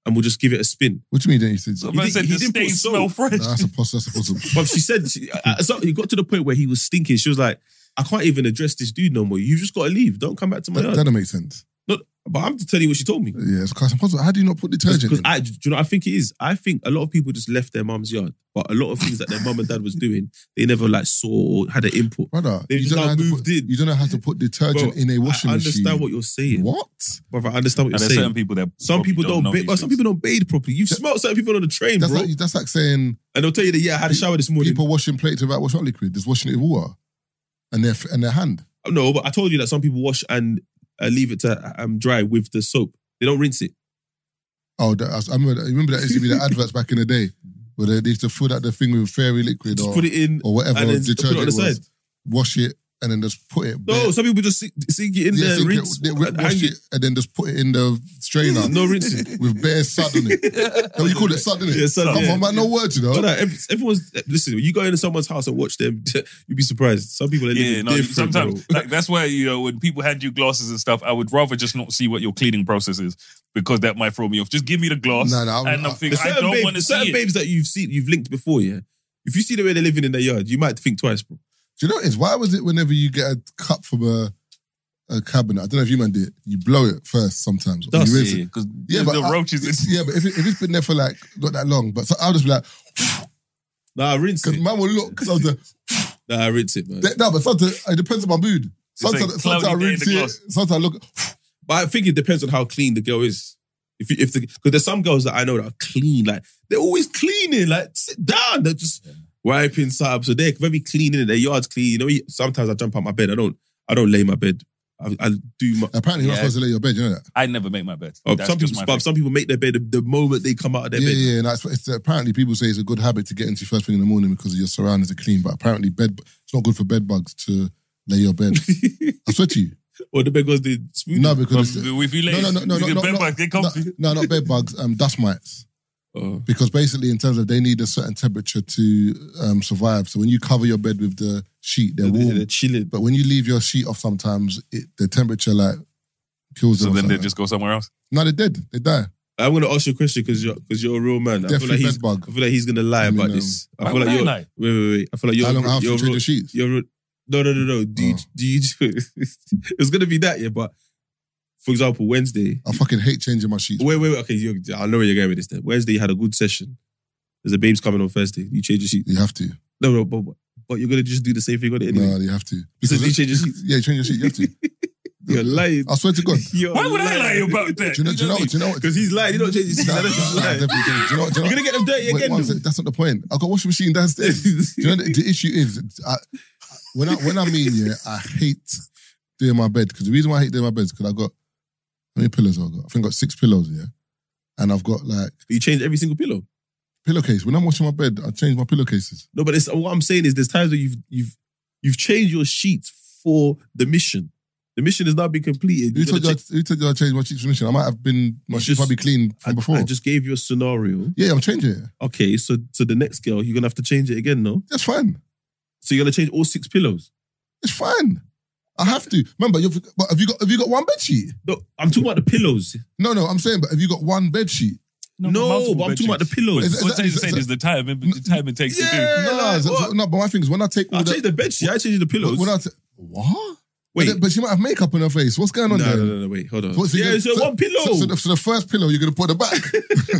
D: and we'll just give it a spin.
E: What do you mean? Then you said,
F: So
E: nah,
F: man
D: didn't-
F: said
D: he
F: the
D: didn't put
F: stains
D: soap.
F: smell fresh.
E: that's a possible. That's a possible.
D: But she said, she, uh, so he got to the point where he was stinking. She was like, I can't even address this dude no more. You just got to leave. Don't come back to my
E: That,
D: yard.
E: that don't make sense.
D: No, but I'm telling you what she told me.
E: Yeah, it's quite impossible. How do you not put detergent?
D: Because
E: in?
D: I, do you know, what I think it is. I think a lot of people just left their mum's yard, but a lot of things that their mum and dad was doing, they never like saw or had an input.
E: brother,
D: They
E: you
D: just
E: don't, know
D: now
E: how to
D: moved
E: put,
D: in.
E: you don't know how to put detergent
D: Bro,
E: in a washing
D: I understand
E: machine.
D: what you're saying.
E: What?
D: Brother, I understand
F: And
D: what you're
F: there's certain
D: saying.
F: people that
D: Some
F: probably
D: people don't,
F: know
D: bathe,
F: these
D: but some
F: things.
D: people don't bathe properly. You've smelled certain people on the train,
E: That's
D: bro,
E: like that's like saying
D: and they'll tell you that yeah, I had a shower this morning.
E: people washing plates without washing liquid. Just washing it with water, and their and their hand.
D: No, but I told you that some people wash and uh, leave it to um, dry with the soap. They don't rinse it.
E: Oh, that, I remember. That, remember that used to be the adverts back in the day where they, they used to fill out the thing with fairy liquid
D: Just
E: or,
D: put it in.
E: or whatever
D: and then put it on
E: detergent
D: the
E: it was.
D: side.
E: Wash it and then just put it.
D: No,
E: bare-
D: some people just sink, sink it in
E: yeah,
D: there,
E: sink it-
D: rinse,
E: they wa-
D: hang
E: wash
D: it. Mm,
E: it and then just put it in the strainer.
D: No rinsing.
E: with bare sud on it. That's what you call it, sud, innit?
D: Yeah, sud,
E: Come
D: yeah.
E: on, man, no words, you know.
D: But no, ev- everyone's listen. When you go into someone's house and watch them, you'd be surprised. Some people are living
F: Yeah, no,
D: different.
F: sometimes
D: bro.
F: like that's why you know when people hand you glasses and stuff, I would rather just not see what your cleaning process is because that might throw me off. Just give me the glass,
E: No, no, I'm-
F: and
E: I-
F: I'm thinking
D: There's
F: I
D: certain,
F: don't
D: babes,
F: want to
D: there's
F: see
D: certain
F: it.
D: babes that you've seen, you've linked before. Yeah, if you see the way they're living in their yard, you might think twice, bro.
E: Do you know what it is? Why was it whenever you get a cup from a, a cabinet, I don't know if you man do it, you blow it first sometimes. Or
D: Dust,
E: you rinse
F: Yeah,
E: it.
F: 'cause
E: Yeah,
F: there's
E: but
F: the
E: I-
F: roaches.
E: Yeah, but if, it, if it's been there for like not that long, but so I'll just be like,
D: Nah, rinse
E: because
D: it.
E: man will look. Sometimes,
D: Nah, rinse it, man.
E: uh, no, but sometimes it depends on my mood.
F: like
E: Sometimes,
F: cloudy
E: sometimes I
F: day in
E: rinse
F: the
E: it.
F: glass.
E: Sometimes I look.
D: But I think it depends on how clean the girl is. If you, if the because there's some girls that I know that are clean, like they're always cleaning. Like sit down, they're just wiping up. So they're very clean in it. Their yard's clean. You know, you- sometimes I jump out my bed. I don't. I don't lay my bed. I, I do my.
E: Apparently, you're
F: Yeah.
E: not supposed to lay your bed. You know that?
F: I never make my bed.
D: Oh,
F: That's
D: some
F: just
D: people,
F: my
D: but some people make their bed the, the moment they come out of their
E: yeah,
D: bed.
E: yeah. And that's what it's, apparently people say it's a good habit to get into first thing in the morning because your surroundings are clean. But apparently, bed it's not good for bed bugs to lay your bed. I swear to you,
D: Or the bed goes the smooth.
E: no, because it's,
F: If you lay,
E: no, no, no, no,
F: you
E: no,
F: get
E: no,
F: bed
E: no,
F: bugs, they come.
E: no, no, not bed bugs. Um, dust mites.
D: Oh.
E: because basically in terms of they need a certain temperature to um, survive. So when you cover your bed with the sheet, they're
D: They're,
E: warm.
D: they're chilling.
E: but when you leave your sheet off, sometimes it, the temperature like kills
F: So
E: them. or
F: then they
E: something.
F: just go somewhere else.
E: no, they're dead. They die.
D: I want to ask you a question because you're because you're a real man. I feel
E: Definitely
D: like he's
E: bed bug.
D: I feel like he's gonna lie
E: I mean,
D: about
E: um,
D: this. I
F: why
D: feel
F: would
D: like
F: I
D: you're
F: lie?
D: wait wait wait. I feel like you're
E: How long
D: you're,
E: after you
D: real-
E: change the sheets?
D: you're real- no no no no. Do you,
E: Oh.
D: do you it's gonna be that yeah. But for example, Wednesday.
E: I fucking hate changing my sheets.
D: Wait wait wait. Okay, you I know where you're going with this. Then Wednesday you had a good session. There's a babes coming on Thursday. You change your sheet.
E: You have to.
D: No no but but you're gonna just do the same thing on it anyway.
E: No, you have to.
D: Because you change your sheet.
E: yeah, you change your sheet. You have to. Oh.
D: You're lying.
E: I swear to God.
D: You're
F: Why would I
D: lying.
F: lie about that?
E: Do you know? Do you know? Do you know? what-
D: Because he's lying. You don't change your sheet.
E: Nah,
D: I know
E: nah,
D: he's
E: nah,
D: lying.
E: definitely change. Do you know? what- Do you know?
D: You're gonna get them dirty
E: Wait,
D: again.
E: one
D: though.
E: sec, that's not the point. I got washing machine downstairs. Do you know the, the issue is I, when I when I mean yeah, I hate doing my bed because the reason why I hate doing my bed is because I got how many pillows have I got? I think I got six pillows, yeah, and I've got like
D: You change every single pillow.
E: pillowcase. When I'm washing my bed, I change my pillowcases.
D: No, but it's, what I'm saying is there's times where you've you've you've changed your sheets for the mission. The mission is not being completed.
E: Who
D: You
E: told you?
D: gotta
E: I,
D: check-
E: who told you I changed my sheets for mission? I might have been my
D: You
E: sheets might
D: just-
E: be clean from
D: I,
E: before.
D: I just gave you a scenario.
E: yeah, I'm changing it.
D: Okay, so so the next girl, you're gonna have to change it again, no?
E: That's fine.
D: So you're gonna change all six pillows.
E: It's fine. I have to remember. You've, but have you got have you got one bed sheet?
D: No, I'm talking about the pillows.
E: No, no. I'm saying, but have you got one bed sheet?
D: No, but I'm talking about the pillows.
E: Is- is
F: What
E: that-
F: Taser
E: is-
F: said
E: is-
F: is the time, the time it takes to
D: Yeah.
F: do.
E: No,
D: like,
E: so- so-
D: what?
E: no. But my thing is, when I take all
D: I
E: the,
D: changed the bed sheet. I changed the pillows.
E: When I t- what?
D: wait,
E: But, then- but she might have makeup on her face. What's going
D: no,
E: on
D: no,
E: there?
D: no, no, wait, hold on.
E: What, so
D: yeah,
E: you're-
D: it's a
E: so-
D: one pillow.
E: So, so the, so the first pillow you're gonna put on the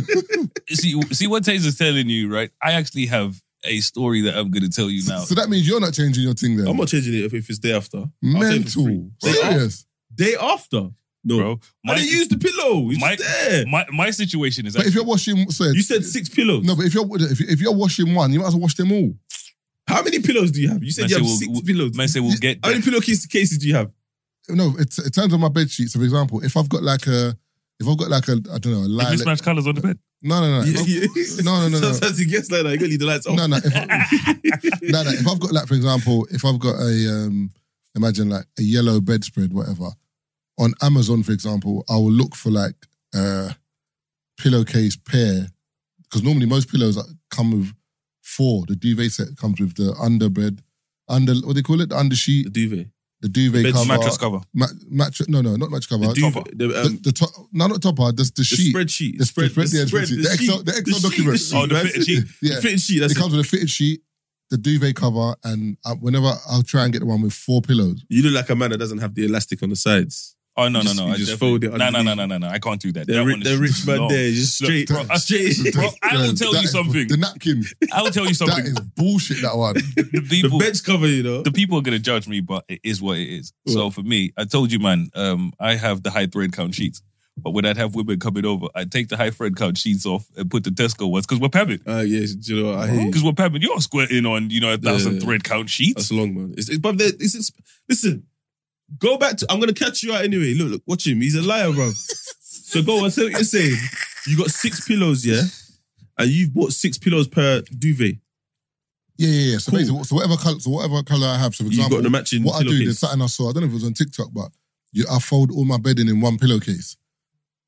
E: back.
F: See, see what Taser's telling you, right? I actually have a story that I'm going to tell you now.
E: so that means you're not changing your thing there.
D: I'm not changing it if, if it's day after. I'll change it for
E: Mental.
D: free. Day, af-
E: Serious.
D: day after. No,
F: Bro,
D: I
F: my-
D: didn't use the pillow. It's
F: my,
D: just there.
F: my my situation is
E: But if you're washing, so
D: you said six pillows.
E: no. But if you're if, if you're washing one, you might as well wash them all.
D: How many pillows do you have? You said
F: Man
D: you
F: say
D: have
F: we'll-
D: 6
F: we'll-
D: pillows.
F: man say we'll get
D: How many
F: that.
D: pillowcase cases do you have?
E: No, it's in terms of my bed sheets. For example, if I've got like a, if I've got like a, I don't know, a lilac.
F: mismatched colors on the bed.
E: no, no, no, If I've- no, no, no, no.
D: Sometimes it gets like that. You gotta leave the lights off.
E: no, no. If I, no, no. If I've got like, for example, if I've got a, um, imagine like a yellow bedspread, whatever, on Amazon, for example, I will look for like a pillowcase pair because normally most pillows like, come with four. The duvet set comes with the underbed, under what do they call it, the
D: The
E: undersheet,
D: duvet.
E: the duvet
D: Bed-
E: cover,
F: Mattress cover.
E: ma- mattress. No, no, not mattress Uh, cover.
D: The
E: Topper.
D: duvet. The,
E: The,
D: um,
E: the top, no, not topper. Just the,
D: the
E: sheet.
D: spreadsheet.
E: The
D: spread,
E: spread- yeah, the
D: spread,
E: spreadsheet. The Excel- the Excel
D: sheet,
E: document.
D: sheet,
F: Oh, the
D: man.
F: fitted sheet.
D: The
E: Yeah.
D: fitted sheet. That's
E: it
D: it.
E: comes with a fitted sheet, the duvet cover, and uh, whenever I'll try and get the one with four pillows.
D: You look like a man that doesn't have the elastic on the sides.
F: Oh no
D: You
F: no
D: just-
F: no!
D: you
F: I
D: just
F: definitely-
D: fold it
F: No no no
D: underneath.
F: no no no! I can't do that.
D: The,
F: That
D: ri-
F: one is
D: the rich
F: too
D: man
F: long.
D: there, just
F: Look,
D: straight.
F: bro, I-
D: straight.
F: Bro, I will
E: That-
F: tell
E: that
F: you
E: is-
F: something.
E: the napkin,
F: I will tell you
E: that
F: something.
E: is bullshit. That one.
F: the
D: The
F: people,
D: bench cover, you know.
F: the people are gonna judge me, but it is what it is. So for me, I told you, man, um, I have the high thread count sheets. But when I'd have women coming over, I'd take the high thread count sheets off and put the Tesco ones because we're pamming.
D: Ah, yes. do You know, what? I hear you.
F: Because we're pamming. You're squirting on, you know, a thousand
D: Yeah.
F: thread count sheets.
D: That's long, man. It's, it's, but there- it's, it's, listen, Go back to. I'm gonna catch you out anyway. Look, look, watch him. He's a liar, bro. so go on. Say what you're saying. You got six pillows, yeah, and you've bought six pillows per duvet.
E: Yeah, yeah, yeah. So
D: Cool.
E: basically, so whatever color, so whatever color I have. So for
D: You've got
E: example,
D: the matching
E: what I do,
D: pillowcase.
E: there's something I saw. I don't know if it was on TikTok, but you, I fold all my bedding in one pillowcase.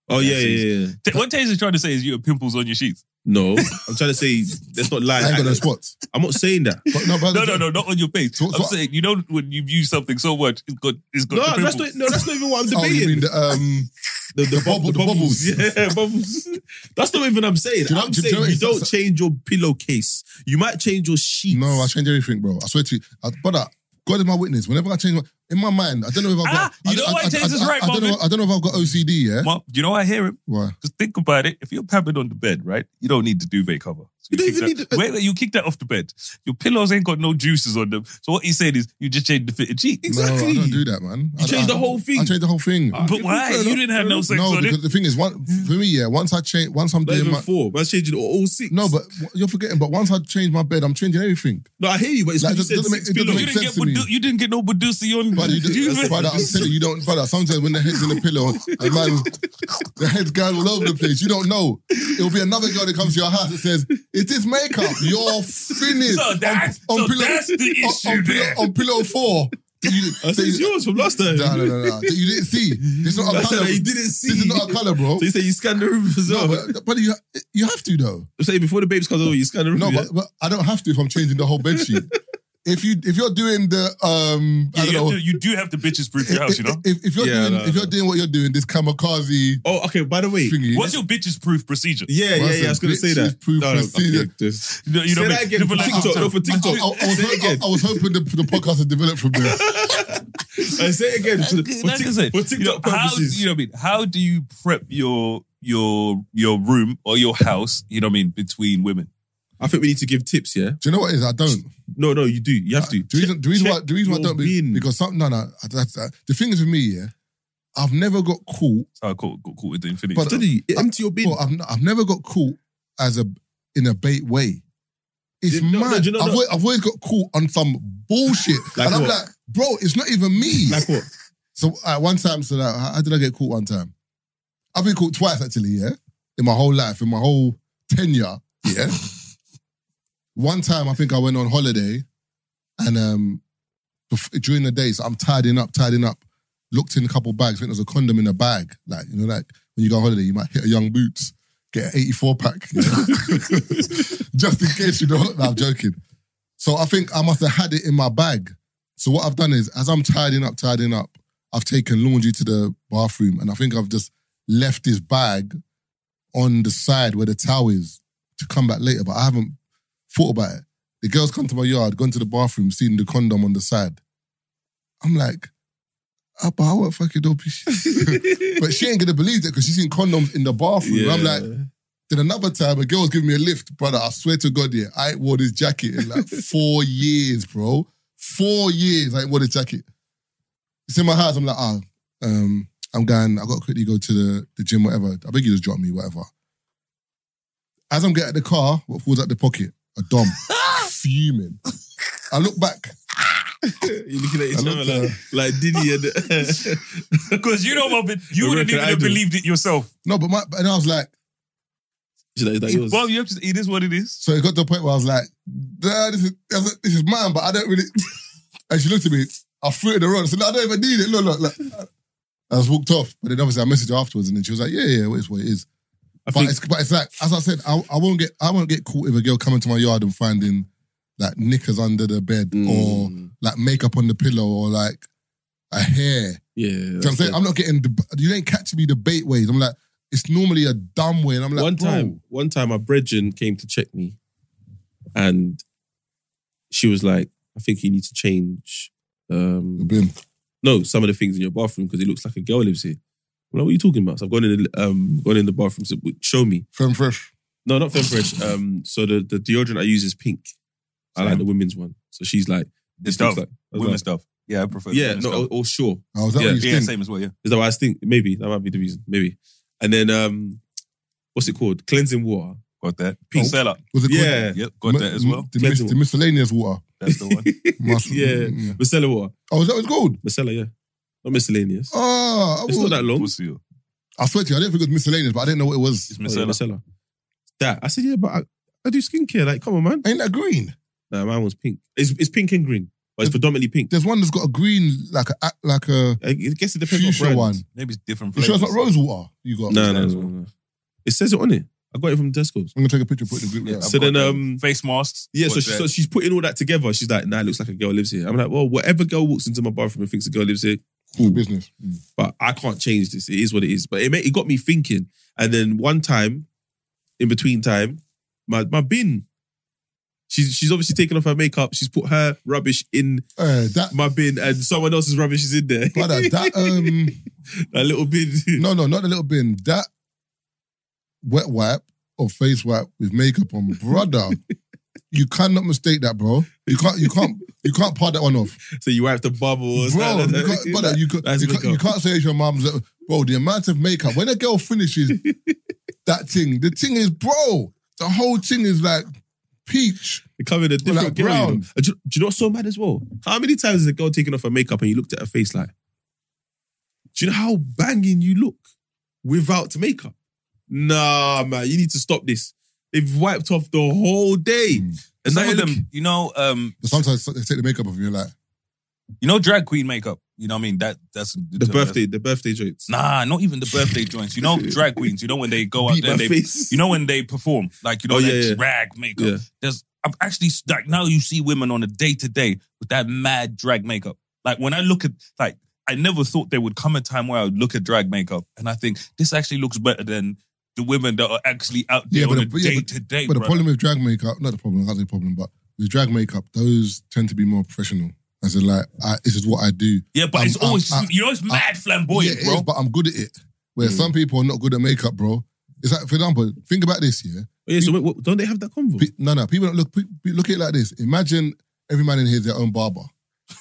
D: Oh yeah,
F: Yes,
D: yeah, yeah. yeah.
F: T- what Taser's trying to say is you have pimples on your sheets.
D: No, I'm trying to say that's not
E: I ain't got no
D: lying.
E: spots.
D: I'm not saying that.
E: But no, but
F: No, no, no, not on your face.
E: So- so-
F: I'm saying you know when you've used something so much, it's got it's got
D: No,
F: the
D: that's
F: pimples.
D: not. No, that's not even what I'm
E: Oh, you mean
D: debating.
E: the um?
D: the, the,
E: the
D: bub-
E: bubble-
D: the
E: the
D: bubbles.
E: bubbles.
D: Yeah, bubbles. That's not even I'm saying.
E: Do you know-
D: I'm
E: do you
D: saying
E: know
D: you
E: it's-
D: don't change your pillowcase. You might change your sheets.
E: No, I change everything, bro. I swear to you, I, brother. God is my witness. Whenever I change my, in my mind, I don't know if I've got.
F: Ah, you
E: I,
F: know
E: I,
F: what,
E: I, I,
F: Taser's
E: I-
F: right,
E: I don't know.
F: Marvin.
E: I don't know if I've got OCD. Yeah.
F: Well, you know I hear him.
E: Why?
F: Because think about it. If you're pampered on the bed, right, you don't need the duvet cover. So
D: You don't
F: kick
D: even
F: that-
D: need the-
F: wait, wait, you kick that off the bed. Your pillows ain't got no juices on them. So what he's saying is you just change the fit and sheet.
E: No, I
D: Exactly.
E: don't do that, man. I,
D: You change
E: I-
D: the whole thing.
E: I change the whole thing.
F: But why? You didn't have no sex
E: no,
F: on
E: because
F: it.
E: the thing is, one, for me, yeah. Once I change, once I'm
D: Not
E: doing
D: even
E: my.
D: four. But I changed it all, all six.
E: No, but w- you're forgetting. But once I change my bed, I'm changing everything.
D: no, I hear you. But it's
E: Like,
D: like, you
E: it
D: said
E: doesn't make-
D: six
E: it doesn't
D: pillows.
F: You
E: make
F: didn't, get
E: sense to me.
F: Budu- you didn't get no Badusi on
E: But you,
F: duvet.
E: but I'm telling you, you don't. But sometimes when the head's in the pillow, the man, the head's going all over the place. You don't know. It'll be another girl that comes to your house and says, "Is this makeup? You're finished."
F: So that's- so that's the
E: on-
F: issue
E: On,
F: there.
E: pillow, on pillow four, that you,
D: I said
E: that
D: it's
E: you-
D: yours from last time.
E: No, no, no, no. That you didn't see. This is not a
D: I said
E: color.
D: that you didn't see.
E: This is not a color, bro.
D: So you say you scan the room as well.
E: No, Oh, but, but you you have to though.
D: I'm saying before the babes comes over, you scan the room.
E: No,
D: yeah?
E: but, but I don't have to if I'm changing the whole bed sheet. if you if you're doing the um, I don't
F: Yeah, you,
E: know.
F: have to- you do have to bitches proof your house, you know?
E: If, if you're
D: Yeah,
E: doing
D: no,
E: if you're
D: no.
E: doing what you're doing, this kamikaze
D: oh, okay. By the way,
E: thingy.
F: What's your bitches proof procedure?
D: yeah, yeah, yeah. I was gonna say
E: Bitches
D: that.
E: proof procedure.
D: just-
F: You know, you
D: Say
F: know,
D: that again for
F: different like-
D: TikTok. No,
F: oh,
D: for
E: I,
D: TikTok.
E: I- I was
D: Say it again.
E: hoping, I, was hoping the, the podcast had developed from there.
D: I say it again. For,
F: Like I
D: tic-
F: said,
D: for
F: you know,
D: TikTok
F: how,
D: purposes.
F: you know what I mean? How do you prep your your your room or your house, you know what I mean, between women?
D: I think we need to give tips, yeah?
E: Do you know what it is? I don't.
D: No, no, you do. You have to.
E: The reason, the reason why, the reason why I
D: your
E: don't be,
D: bin.
E: because some, no, no. That's, that, the thing is with me, yeah, I've never got caught.
F: So I caught, got caught with the infinity.
E: But-
F: stuff.
D: Did he? Empty your bin.
E: Well, I've, n- I've never got caught as a in a bait way. It's
D: No, no,
E: mad.
D: do you know
E: I've,
D: that-
E: always, I've always got caught on some bullshit,
D: Like
E: and I'm
D: what?
E: like, bro, it's not even me.
D: like what?
E: So uh, one time, so that how, how did I get caught one time? I've been caught twice actually, yeah, in my whole life, in my whole tenure, yeah. one time, I think I went on holiday, and um, bef- during the day, so I'm tidying up, tidying up. Looked in a couple bags, think there's a condom in a bag. Like you know, like when you go on holiday, you might hit a young boots, get an 84 pack, you know? just in case you don't. No, I'm joking. So I think I must have had it in my bag. So what I've done is, as I'm tidying up, tidying up, I've taken laundry to the bathroom, and I think I've just left this bag on the side where the towel is to come back later. But I haven't thought about it. The girls come to my yard, gone to the bathroom, seen the condom on the side. I'm like, ah, but I won't fucking dope But she ain't gonna believe that because she's seen condoms in the bathroom. I'm like, then another time, a girl was giving me a lift, brother. I swear to God, yeah, I ain't wore this jacket in like four years, bro. Four years, I ain't wore this jacket. It's in my house. I'm like, ah, um, I'm going. I got to quickly go to the, the gym, whatever. I beg you, just drop me, whatever. As I'm getting out the car, what falls out the pocket? A dom, fuming. I look back.
D: You're looking at each
E: I
D: other
E: looked,
D: like,
E: uh,
D: like Diddy and.
F: Because you know, Marvin, you
D: The record
F: wouldn't even have
D: idol.
F: believed it yourself.
E: No, but my and I was like,
D: Is that- is that yours?
F: Well, you have to. It is what it is.
E: so it got to the point where I was like, nah, this is this is mine, but I don't really. And she looked at me. I threw it in the road. I said, no, I don't even need it. Look, look, look. I just walked off. But then obviously I messaged her afterwards, and then she was like, yeah, yeah, well, it's what it is.
D: I
E: But
D: think
E: it's, but it's like as I said, I, I won't get I won't get caught if a girl coming to my yard and finding like knickers under the bed
D: Mm.
E: or like makeup on the pillow or like a hair.
D: yeah.
E: Do you know what I'm saying? I'm not getting the, you ain't catching me the bait ways. I'm like, it's normally a dumb way. And I'm like,
D: one
E: bro,
D: time, one time, my brethren came to check me, and she was like, "I think you need to change, um,
E: Blim.
D: no, some of the things in your bathroom because it looks like a girl lives here." I'm like, "What are you talking about?" So I've gone in, the, um, gone in the bathroom. So show me.
E: Femme fresh.
D: No, not Femfresh. Um, so the, the deodorant I use is pink. I like
F: Same.
D: the women's one. So she's like,
F: It's
D: looks
F: tough.
D: like- I was
F: Women
D: like,
F: stuff. Yeah, I prefer.
D: yeah,
F: women
D: no, or,
F: stuff.
D: or sure.
E: Oh, is that
D: Yeah.
E: what you
F: yeah,
E: think?
F: same as well. Yeah,
D: Is that what I think? Maybe that might be the reason. Maybe. And then um, what's it called? Cleansing water.
F: got that.
D: Pink.
F: Peace seller.
E: Was it
D: Oh, Yeah.
E: called-
F: Yep, got
E: Mi-
F: that as well.
E: The, mis- the miscellaneous water.
F: That's the one.
E: Must-
D: yeah,
E: mm, mm.
D: Marcella water.
E: Oh, is that was gold?
D: Marcella, yeah. Not miscellaneous.
E: Oh, I,
D: it's not
E: was-
D: that long.
F: Pussy. yo.
E: I swear to you, I didn't think it was miscellaneous, but I didn't know what it was.
F: It's
D: Oh, yeah,
F: Marcella.
D: micellar. That. I said, yeah, but I, I do skincare. Like, come on, man.
E: Ain't that green?
D: Nah, mine was pink. It's, it's pink and green, but it's predominantly pink.
E: There's one that's got a green, like a like a
D: I guess it depends
E: fuchsia
D: on
E: one.
F: Maybe it's different
E: You
F: flavors.
E: sure it's not rose water? You got?
D: No, no, no, no. It says it on it. I got it from Tesco's.
E: I'm gonna take a picture, put it in the group.
F: I've
E: Yeah.
D: So
F: got
D: then,
F: the
D: um,
F: face masks.
D: Yeah, so,
F: What's
D: she,
F: that?
D: so she's putting all that together. She's like, nah, it looks like a girl lives here. I'm like, well, whatever girl walks into my bathroom and thinks a girl lives here,
E: Cool business.
D: but I can't change this. It is what it is. But it, made, it got me thinking. And then one time, in between time, my my bin. She's she's obviously taken off her makeup. She's put her rubbish in
E: Uh, that
D: my bin, and someone else's rubbish is in there.
E: brother, that um,
D: that little bin.
E: no, no, not the little bin. That wet wipe or face wipe with makeup on, brother. you cannot mistake that, bro. You can't, you can't, you can't part that one off,
D: So you wipe the bubbles,
E: bro. You can't, brother, you, can't,
D: That's
E: you, can't, you
D: makeup.
E: can't say it's your mom's. uh, Bro, the amount of makeup when a girl finishes that thing, the thing is, bro, the whole thing is like peach.
D: It come in a different
E: like
D: girl, you know.
E: brown.
D: And Do, do you know what's so mad as well? How many times has a girl taken off her makeup and you looked at her face like, do you know how banging you look without makeup? Nah, man, you need to stop this. They've wiped off the whole day.
E: Hmm.
D: And now
F: Some
D: you
F: of
D: look,
F: them, you know, um,
E: Sometimes they take the makeup off and you're like,
F: you know, drag queen makeup. You know, what I mean, that that's
D: the birthday, the birthday jokes.
F: Nah, not even the birthday joints. You know, drag queens. You know when they go out
D: Beat
F: there,
D: my
F: and they
D: face.
F: you know when they perform, like you know
D: Oh,
F: that
D: yeah, yeah.
F: drag makeup.
D: Yeah.
F: There's I've actually like now you see women on a day to day with that mad drag makeup. Like when I look at like I never thought there would come a time where I would look at drag makeup and I think this actually looks better than the women that are actually out there
E: Yeah, but
F: on
E: the-
F: a
E: yeah,
F: day to day.
E: But the problem with drag makeup, not the problem, I can't say problem, but with drag makeup, those tend to be more professional. As in, like, I, this is what I do.
F: yeah, but
E: I'm-
F: it's always
E: I'm- I-
F: you know it's mad
E: yeah,
F: flamboyant,
E: it
F: bro.
E: is, but I'm good at it. Where
D: Mm.
E: some people are not good at makeup, bro. It's like, for example, think about this, yeah?
D: Oh, yeah, so wait, what- don't they have that convo?
E: Pe- no, no, people don't look, pe- pe- look at it like this. Imagine every man in here is their own barber.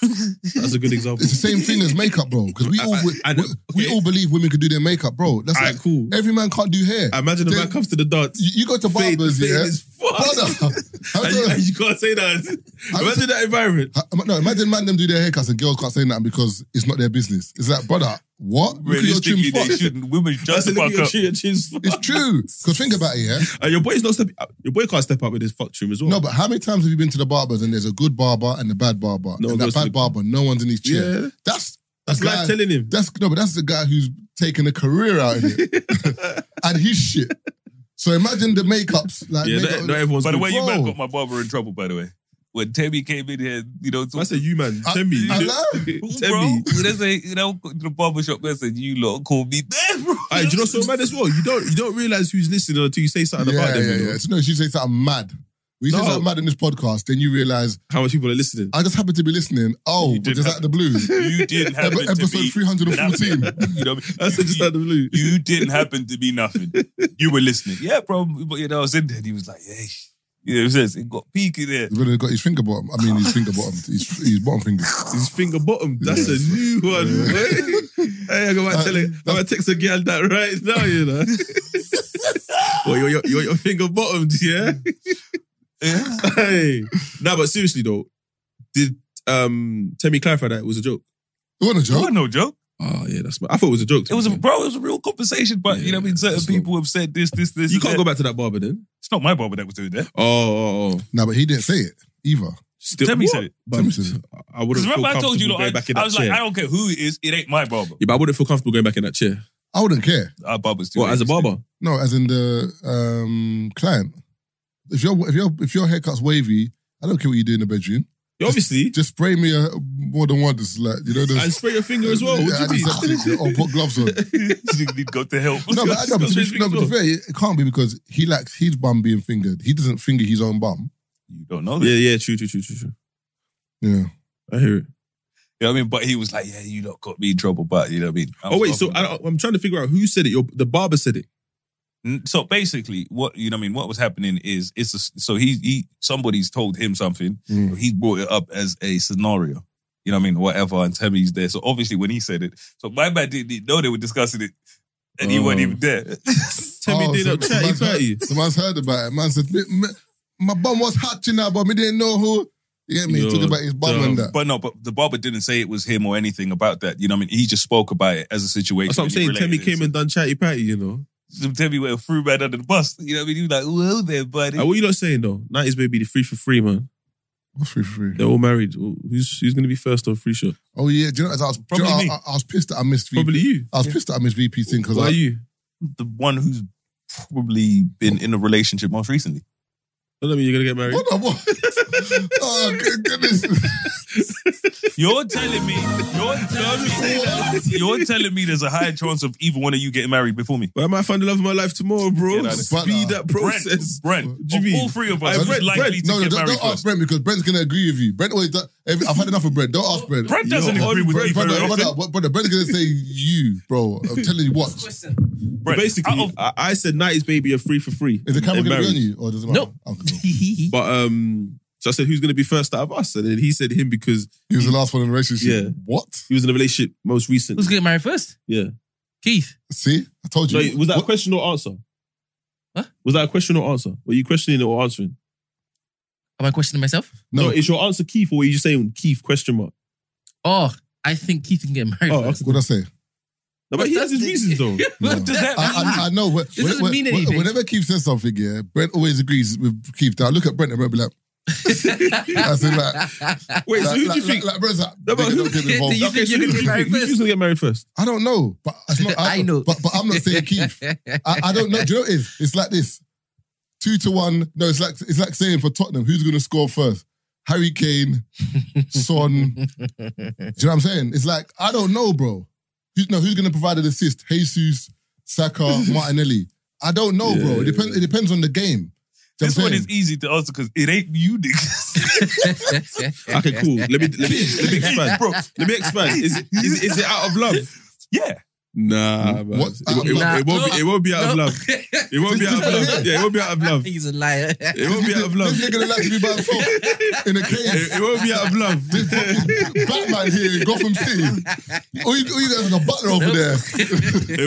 D: That's a good example.
E: It's the same thing as makeup, bro. Because we all
D: I- I- I know-
E: we,
D: okay.
E: all believe women can do their makeup, bro. That's
D: Alright,
E: like,
D: cool.
E: Every man can't do hair.
D: Imagine a
E: They-
D: man comes to the dance.
E: you, you go to
D: fade-
E: barbers,
D: fade
E: yeah.
D: as fuck.
E: Brother, how
D: and, you,
E: do-
D: and you can't say that.
E: How
D: Imagine that environment.
E: Ha- No, imagine man them do their haircuts and girls can't say nothing because it's not their business. It's like, brother, what? Look at your trim
F: Realistically, they
E: fuck.
F: shouldn't. Women
D: That's
F: just
D: a look
F: fuck
D: at your
F: up.
D: chin, your chin's fucked.
E: It's true. Because think about it, yeah?
D: And your boy's not stepping up. Your boy can't step up with his fuck trim as well.
E: No, but how many times have you been to the barbers and there's a good barber and a bad barber?
D: No one
E: and that
D: goes to
E: bad
D: the-
E: barber, no one's in his chair.
D: Yeah.
E: That's
D: that's
E: the
D: life
E: guy-
D: telling him.
E: That's no, but that's the guy who's taking a career out of it. and his shit. So imagine the makeups. Like
D: Yeah,
E: makeup-
D: not, not everyone's.
F: By the way, you
E: Bro.
F: man got my barber in trouble. By the way, when Tammy came in here, you know,
D: I said you man.
E: I-
D: Tell me,
E: I
D: tell
F: bro,
D: me.
F: when they say, you know, go to the barber shop, they said you lot call me there, bro.
D: Aye, do you know so mad as well? You don't you don't realize who's listening until you say something
E: yeah,
D: about them.
E: yeah,
D: you
E: yeah.
D: know?
E: So, no, she says something mad. We say
D: No.
E: something mad in this podcast, then you realize
D: How much people are listening?
E: I just happen to be listening. Oh,
F: You
E: but
F: did
E: just out
F: have-
E: of the blues.
F: You didn't happen
E: Epi- episode
F: to be
E: 314.
F: nothing. You know, what I mean?
D: That's just
F: you,
D: out of the blue.
F: you didn't happen to be nothing. You were listening, yeah, bro. But you know, I was in there. And he was like, hey, you know, it says it got peak in there.
E: He's really got his finger bottom. I mean, his finger bottom. His, his bottom finger.
D: His finger bottom. That's a new one. boy. hey, I'm gonna tell it. I'm gonna text a girl that right now. You know. well, you're, you're, you're your finger bottomed, yeah.
F: Yeah.
D: hey, no, but seriously though, did um Temi clarify that it was a joke?
E: It wasn't a
F: It
E: joke.
F: wasn't no joke.
D: Oh yeah, that's. I thought it was a joke. to
F: It was
D: be
F: a
D: fair.
F: bro. It was a real conversation, but you know, what I mean, certain people have said this, this, this.
D: You
F: and
D: can't
F: that.
D: go back to that barber then.
F: It's not my barber that was doing that.
D: Oh, oh, oh.
E: No, but he didn't say it either.
D: Still,
F: Tell me
D: What?
F: said it.
D: But
E: Tell me said it.
D: I wouldn't
F: Because
D: feel
F: remember, I
D: comfortable
F: told you, look,
D: going
F: I,
D: back in
F: I
D: that
F: was
D: chair.
F: like, I don't care who it is, it ain't my barber.
D: yeah, but I wouldn't feel comfortable going back in that chair.
E: I wouldn't care.
F: Our barber's too.
D: Well, as a
F: interesting.
D: barber,
E: No, as in the um, client. If your if your if your haircut's wavy, I don't care what you do in the bedroom.
D: Yeah, obviously,
E: Just spray me a, more than once. Like you know,
D: and
E: those,
D: spray your finger as well. What do you mean?
E: antiseptic, or put gloves on.
F: you need go to help.
E: No, but, no, but, to, be- no, but to be fair, it can't be because he likes his bum being fingered. He doesn't finger his own bum.
F: you don't know that.
D: Yeah, yeah, true, true, true, true, true.
E: Yeah.
D: I hear it.
F: You know what I mean? But he was like, yeah, you lot got me in trouble, but you know what I mean? I
D: Oh
F: was
D: wait, so
F: laughing.
D: I, I'm trying to figure out who said it. Your, the barber said it.
F: N- so basically what, you know what I mean? What was happening is, it's a, so he, he, somebody's told him something.
E: Mm.
F: He brought it up as a scenario. You know what I mean? Whatever, and Temmie's there. So obviously when he said it, so my man didn't even know they were discussing it and he wasn't
D: Oh.
F: even there.
D: Tell me,
E: Oh,
D: did
E: so
D: not
E: the
D: chat. He
E: man's
D: chatty.
E: heard- The man's heard about it. Man said, "Me- me- my bum was hot, you know, but me didn't know who. You get me? He's talking about his bum and that.
F: But no, but the barber didn't say it was him or anything about that. You know what I mean? He just spoke about it as a situation.
D: That's what I'm saying. Temi came and done chatty patty, you know.
F: and Timmy went and threw man under the bus. You know what I mean? He was like, "Well, there, buddy."
D: Like, Uh, what you not saying though? Nineties baby, the free for free, man.
E: What's free free?
D: They're all married. Who's who's gonna be first on free shot?
E: Oh yeah, do you know? as I was, do you know,
F: Probably
E: I-
F: me.
E: I, I was pissed that I missed VP.
D: Probably you.
E: I was pissed that I missed VP thing because
D: Why
E: I,
D: you?
F: the one who's probably been in a relationship most recently.
D: Don't mean you're gonna get married.
E: What the what? oh good goodness!
F: You're telling me, you're telling me, you're telling me there's a higher chance of either one of you getting married before me.
D: But I might find the love of my life tomorrow, bro.
F: Get out of
E: here.
D: Speed that process.
F: Brent,
D: What do you
F: of
D: mean?
F: all three of
D: Uh,
F: us,
D: Brent-
F: Brent, likely
D: Brent,
F: to
E: no, no,
F: get
E: don't,
F: married
E: don't ask
F: first.
E: Brent because Brent's gonna agree with you. Brent always. Does, every, I've had enough of Brent. Don't ask Brent.
F: Brent doesn't
D: You're
F: agree with
D: on
F: me
E: Brent,
F: very
E: brother,
F: often.
E: brother, brother, Brent's gonna say you, bro. I'm telling you what.
F: Brent, out
D: Basically,
F: of-
D: I, I said nineties baby are free for free.
E: Is the camera
D: and
E: gonna be
D: married.
E: on you or does it matter?
D: No.
E: Okay, cool.
D: But um, so I said who's gonna be first out of us, and then he said him because
E: He was the last one in the relationship.
D: Yeah.
E: What?
D: he was in a relationship most recent.
I: Who's getting married first?
D: Yeah.
I: Keith.
E: See, I told you.
D: No, was that a
E: What-
D: question or answer?
I: Huh?
D: Was that a question or answer? Were you questioning it or answering?
I: Am I questioning myself?
D: No,
E: No,
D: is your answer Keith or were you just saying Keith question mark?
I: Oh, I think Keith can get married
D: Oh,
I: first.
E: what did I say?
D: No, but he has his reasons though.
I: What does that mean?
E: I, I, I know. When,
I: It doesn't
E: when-
I: mean
E: when-
I: anything.
E: Whenever Keith says something, yeah, Brent always agrees with Keith. Now, I look at Brent and Brent be like, I said, like,
D: Wait,
E: like,
D: so who
E: like,
D: do you think?
E: Like, like, Brent's like,
D: No, but
E: nigga,
D: who-
E: don't get
I: do
E: involved.
I: you
D: Okay, so who
I: you're gonna
D: do
I: get
D: you
I: married
D: think- who's
I: first?
D: gonna get married first?
E: I don't know, but it's not, I,
I: I know.
E: But, but I'm not saying Keith. I, I don't know. Do you know what it is? It's like this: two to one. No, it's like it's like saying for Tottenham, who's going to score first? Harry Kane, Son. do you know what I'm saying? It's like I don't know, bro. Who's, no, who's going to provide an assist? Jesus, Saka, Martinelli. I don't know,
D: Yeah,
E: bro. It
D: yeah,
E: depends. It depends on the game. Do you know
F: this
E: what I'm
F: one
E: saying?
F: is easy to answer because it ain't you niggas.
D: Okay, cool. Let me let me let me expand.
F: Bro,
D: Let me expand. Is it, is it, is it out of love?
F: yeah.
D: Nah, man.
E: What?
D: It, won't- it, won't- it won't be, it won't be out of love. It won't be out of love. Yeah, it won't be out of love.
I: He's a liar.
D: It won't be out of love.
E: This nigga allowed to be by himself in a
D: It,
E: cave.
D: it won't be out of love.
E: This fucking Batman here in Gotham City. All you, all you guys is a butler over there.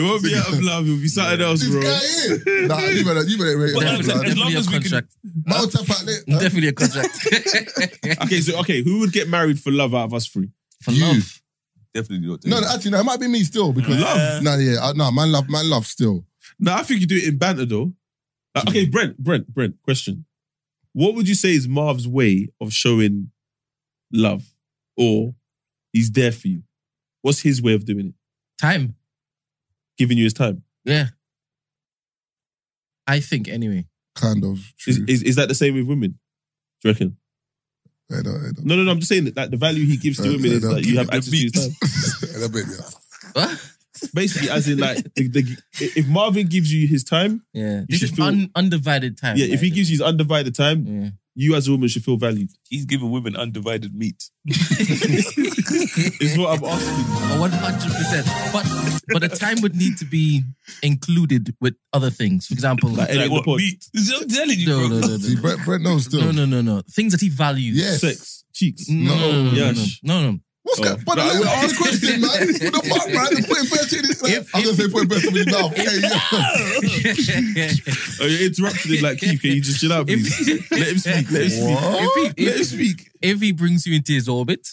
D: It won't be out of love. It'll be something else,
E: This
D: bro.
E: guy here. Nah, you better, you better rate
F: But
E: him.
F: I'm
E: blood.
F: saying, as long as we
I: Definitely a
F: can,
I: contract.
E: I'll tap out there. Huh?
I: Definitely a contract.
D: Okay, so okay, who would get married for love out of us three?
I: For
E: You.
I: love.
F: definitely not.
E: No, no, actually, no, it might be me still because
F: Love.
E: No, yeah, I- no, man, love, man, love still.
D: No, I think you do it in banter though. Like, okay, Brent, Brent, Brent, question. What would you say is Marv's way of showing love or he's there for you? What's his way of doing it?
I: Time.
D: Giving you his time.
I: Yeah. I think anyway.
E: Kind of true.
D: Is, is, is that the same with women? Do you reckon?
E: I don't, I don't.
D: No, no, no. I'm just saying that like, the value he gives to
E: Uh,
D: women is
E: uh,
D: that you have
E: uh,
D: access to his time.
E: I don't believe you.
I: What?
D: Basically, as in like the, the, if Marvin gives you his time,
I: Yeah. This
D: should
I: is
D: feel-
I: un- undivided time. Mm.
D: yeah, if he
I: right?
D: gives you his undivided time,
I: Yeah.
D: you as a woman should feel valued.
F: He's giving women undivided meat.
D: Is what I'm asking.
I: Oh, One hundred percent. But but the time would need to be included with other things. For example,
D: Like any
F: Like
D: other
F: what?
D: pod.
F: Meat. I'm telling you,
I: no,
F: bro.
I: no, no,
E: See,
I: no,
E: Brett, Brett knows still.
I: no, no, no, no. Things that he values.
E: Yes.
D: sex, cheeks.
I: No, no, no, no,
D: Yes.
I: no, no.
E: What's
D: Oh.
E: going on? But I asked the question, man. What the fuck, man? Putting best in his
I: If-
E: I'm going to say putting best in his mouth. Hey, yeah.
I: if,
D: Oh, you're interrupting him like Keith. Can you just chill out, please? Let him speak. Let him speak.
I: if he,
D: Let him
I: if,
D: speak.
I: if he brings you into his orbit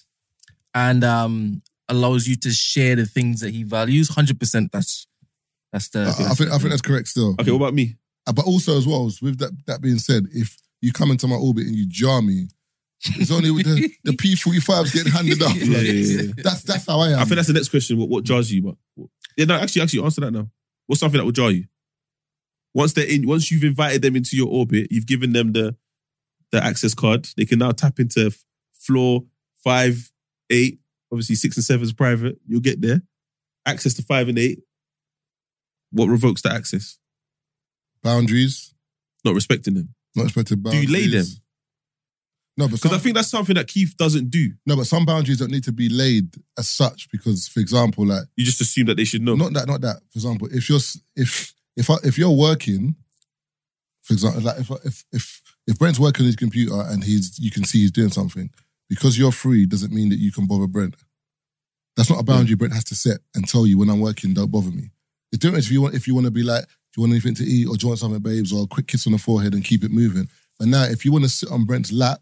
I: and um allows you to share the things that he values, hundred percent. That's that's the.
E: I, I, think, I think that's correct still.
D: Okay, what about me?
E: Uh, But also as well, with that that being said, if you come into my orbit and you jar me, it's only with the, the P45s getting handed out.
D: Yeah, yeah, yeah.
E: That's that's how I am.
D: I think that's the next question. What what jars you? But yeah, no, actually, actually, answer that now. What's something that will jar you? Once they're in, once you've invited them into your orbit, you've given them the the access card. They can now tap into f- floor five, eight. Obviously, six and seven is private. You'll get there. Access to five and eight. What revokes the access?
E: boundaries,
D: Not respecting them.
E: not expected
D: you
E: boundaries.
D: lay them?
E: No, but
D: Because
E: some,
D: I think that's something that Keith doesn't do.
E: no, but some boundaries don't need to be laid as such because, for example, like
D: You just assume that they should know.
E: not that, not that. For example, if you're s- if if I, if you're working, for example, like if I- if if if Brent's working on his computer and he's you can see he's doing something because you're free doesn't mean that you can bother Brent. That's not a boundary Brent has to set and tell you when I'm working. Don't bother me. The difference if you want if you want to be like, do you want anything to eat or do you want something, babes, or a quick kiss on the forehead and keep it moving. But now if you want to sit on Brent's lap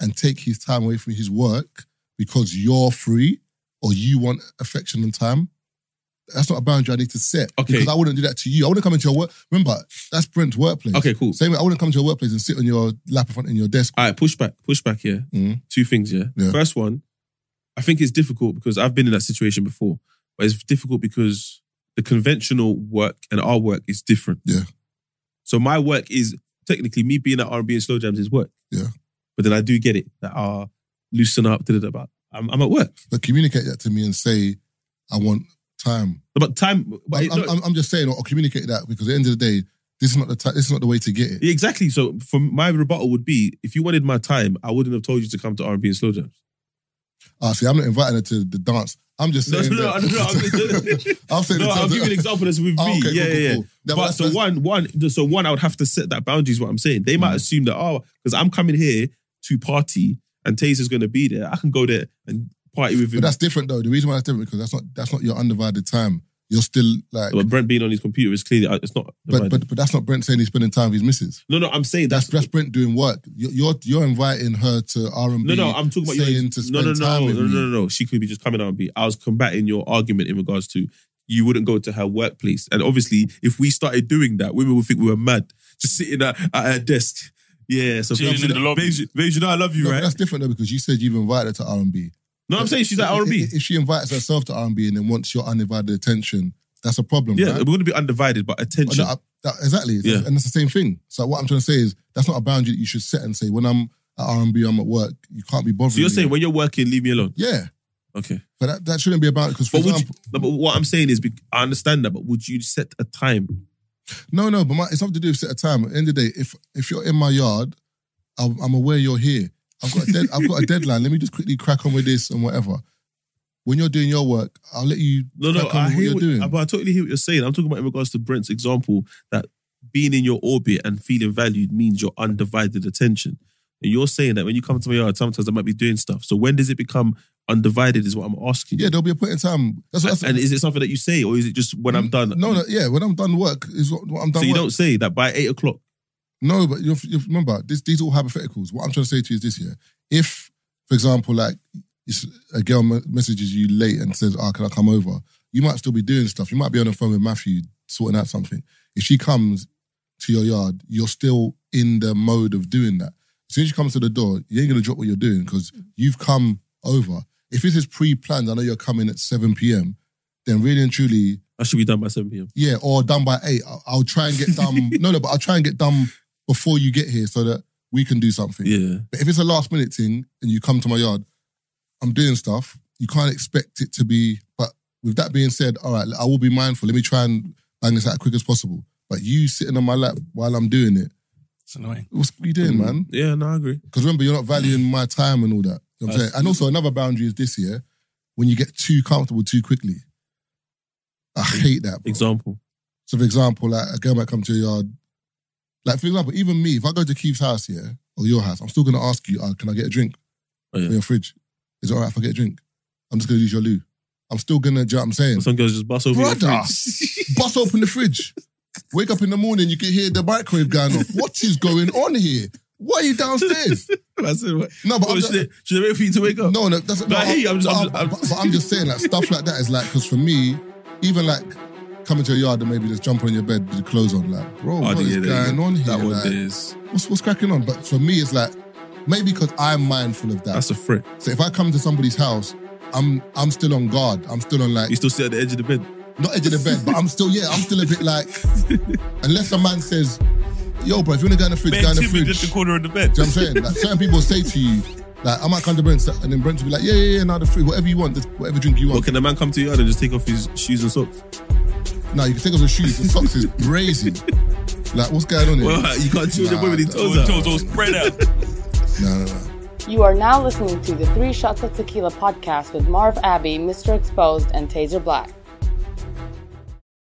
E: and take his time away from his work because you're free or you want affection and time, that's not a boundary I need to set.
D: Okay.
E: Because I wouldn't do that to you. I wouldn't come into your work. Remember, that's Brent's workplace.
D: Okay, Ah. cool.
E: Same way, I wouldn't come to your workplace and sit on your lap in front in your desk.
D: All right, push back, push back here.
E: Mm.
D: Two things, yeah?
E: Yeah.
D: First one, I think it's difficult because I've been in that situation before, but it's difficult because the conventional work and our work is different.
E: Yeah.
D: So my work is technically me being at R&B and slow jams is work.
E: Yeah.
D: But then I do get it that uh, loosen up, da, da, da, but I'm, I'm at work.
E: But communicate that to me and say, I want time.
D: But time, but
E: I'm,
D: it-
E: I'm,
D: no,
E: I'm, I'm just saying, or communicate that because at the end of the day, this is not the ti- this is not the way to get it.
D: Yeah, exactly. So from my rebuttal would be, if you wanted my time, I wouldn't have told you to come to R&B and slow jams.
E: Ah, see, I'm not inviting her to the dance. I'm just
D: No,
E: saying.
D: no,
E: that-
D: no, no, I'm-
E: I'm saying.
D: No,
E: in terms
D: I'll
E: of-
D: give you an example that's with me.
E: Ah, okay, cool,
D: yeah,
E: cool,
D: yeah, yeah.
E: cool. No,
D: but
E: that's-
D: so
E: that's-
D: one, one, so one, I would have to set that boundary. Is what I'm saying. They
E: Mm.
D: might assume that oh, because I'm coming here to party and Taser's going to be there, I can go there and party with him.
E: But that's different though. The reason why that's different because that's not that's not your undivided time. You're still like,
D: But Brent being on his computer is clearly uh, it's not.
E: but but, but that's not Brent saying he's spending time with his missus.
D: no, no, I'm saying
E: That's that's
D: that's,
E: Brent doing work. You're you're, you're inviting her to R and B.
D: no, no. I'm talking about
E: saying
D: your,
E: to spend
D: no, no,
E: time
D: no, no,
E: with
D: no,
E: me.
D: no, no. She could be just coming out and be. I was combating your argument in regards to you wouldn't go to her workplace, and obviously, if we started doing that, women would think we were mad, just sitting at, at her desk. Yeah, so
F: Chilling
D: babes,
F: in
D: you
F: the
D: know,
F: lobby.
D: babes, you- babes, you know I love you,
E: No, but
D: right?
E: That's different though because you said you've invited her to R and B.
D: No, I'm saying she's at R&B.
E: If she invites herself to R and B and then wants your undivided attention, that's a problem.
D: Yeah,
E: right?
D: we're going to be undivided, but
E: But
D: attention.
E: that- that- uh, exactly.
D: Yeah.
E: And that's the same thing. So what I'm trying to say is that's not a boundary that you should set and say when I'm at R and B, I'm at work. You can't be bothered.
D: so you're saying when you're working, leave me alone.
E: yeah,
D: Okay.
E: but that, that shouldn't be about because for
D: But, would you,
E: example,
D: no, but what I'm saying is, be- I understand that, but would you set a time?
E: no, no. But my, it's something to do with set a time. At the end of the day, if if you're in my yard, I'm, I'm aware you're here. I've got a dead, I've got a deadline. Let me just quickly crack on with this and whatever. When you're doing your work, I'll let you
D: No, no,
E: crack on
D: I
E: with what
D: hear
E: you're
D: what,
E: doing.
D: but I totally hear what you're saying. I'm talking about in regards to Brent's example that being in your orbit and feeling valued means your undivided attention. And you're saying that when you come to my yard, sometimes I might be doing stuff. So when does it become undivided? Is what I'm asking. you.
E: yeah, there'll be a point in time. That's, that's
D: and is it something that you say, or is it just when I'm done?
E: Mm, No, no, yeah. When I'm done work is what, what I'm done.
D: So you
E: work.
D: don't say that by eight o'clock.
E: No, but you you remember, this, these are all hypotheticals. What I'm trying to say to you is this: yeah, if, for example, like it's, a girl me- messages you late and says, "Ah, can I come over?" You might still be doing stuff. You might be on the phone with Matthew sorting out something. If she comes to your yard, you're still in the mode of doing that. As soon as she comes to the door, you ain't gonna drop what you're doing because you've come over. If this is pre-planned, I know you're coming at 7 p.m. Then really and truly,
D: I should be done by seven pm.
E: yeah, or done by eight. I'll, I'll try and get done. no, no, but I'll try and get done before you get here so that we can do something.
D: Yeah.
E: But if it's a last minute thing and you come to my yard, I'm doing stuff. You can't expect it to be. But with that being said, all right, I will be mindful. Let me try and bang this out as quick as possible. But you sitting on my lap while I'm doing it,
F: It's annoying.
E: what's what you doing,
F: Mm.
E: man?
D: Yeah, no, I agree.
E: Because remember, you're not valuing my time and all that. You know what I'm saying? And also, another boundary is this year when you get too comfortable too quickly. I hate that. Bro.
D: Example.
E: So, for example, like a girl might come to your yard. Like, for example, even me, if I go to Keith's house here or your house, I'm still going to ask you, uh, can I get a drink
D: Oh, yeah.
E: in your fridge? Is it all right if I get a drink? I'm just going to use your loo. I'm still going to, do you know what I'm saying?
D: Some girls just bust over your
E: Brother,
D: fridge.
E: bust open the fridge. Wake up in the morning, you can hear the microwave going off. What is going on here? Why are you downstairs?
D: I said, what?
E: No, but
D: Oh,
E: I'm
D: should, they, should they wait for you to wake up?
E: no, no, that's
D: But I hear you, I'm just-
E: but
D: I'm
E: I'm,
D: just- I'm-
E: but- but I'm just saying like stuff like that is like because for me, even like coming to your yard and maybe just jumping on your bed with your clothes on, like
D: Oh,
E: bro, what is
D: yeah, there
E: going
D: you go.
E: on here?
D: That one
E: Like,
D: there is.
E: what's what's cracking on? But for me, it's like maybe because I'm mindful of that.
D: That's a threat.
E: so if I come to somebody's house, I'm I'm still on guard. I'm still on like
D: You still sit at the edge of the bed.
E: not edge of the bed, but I'm still yeah, I'm still a bit like unless a man says, "Yo, bro, if you wanna go in the fridge,
F: Man,
E: go in the
F: Timmy
E: fridge."
F: just the corner of the bed.
E: Do you know what I'm saying? Like certain people say to you, like I might come to Brent and then Brent will be like, yeah, yeah, yeah, now the free, whatever you want, just whatever drink you
D: Well,
E: want.
D: can the man come to your yard and just take off his shoes and socks?
E: Now you can take off the shoes, the socks is brazy. Like what's going on here?
D: Well, you can't chew the
E: Nah,
D: boy with his
E: that-
D: toes
F: Those
D: out.
F: toes all spread out.
E: No, no, no.
J: You are now listening to the Three Shots of Tequila podcast with Marv Abbey, Mr. Exposed, and Taser Black.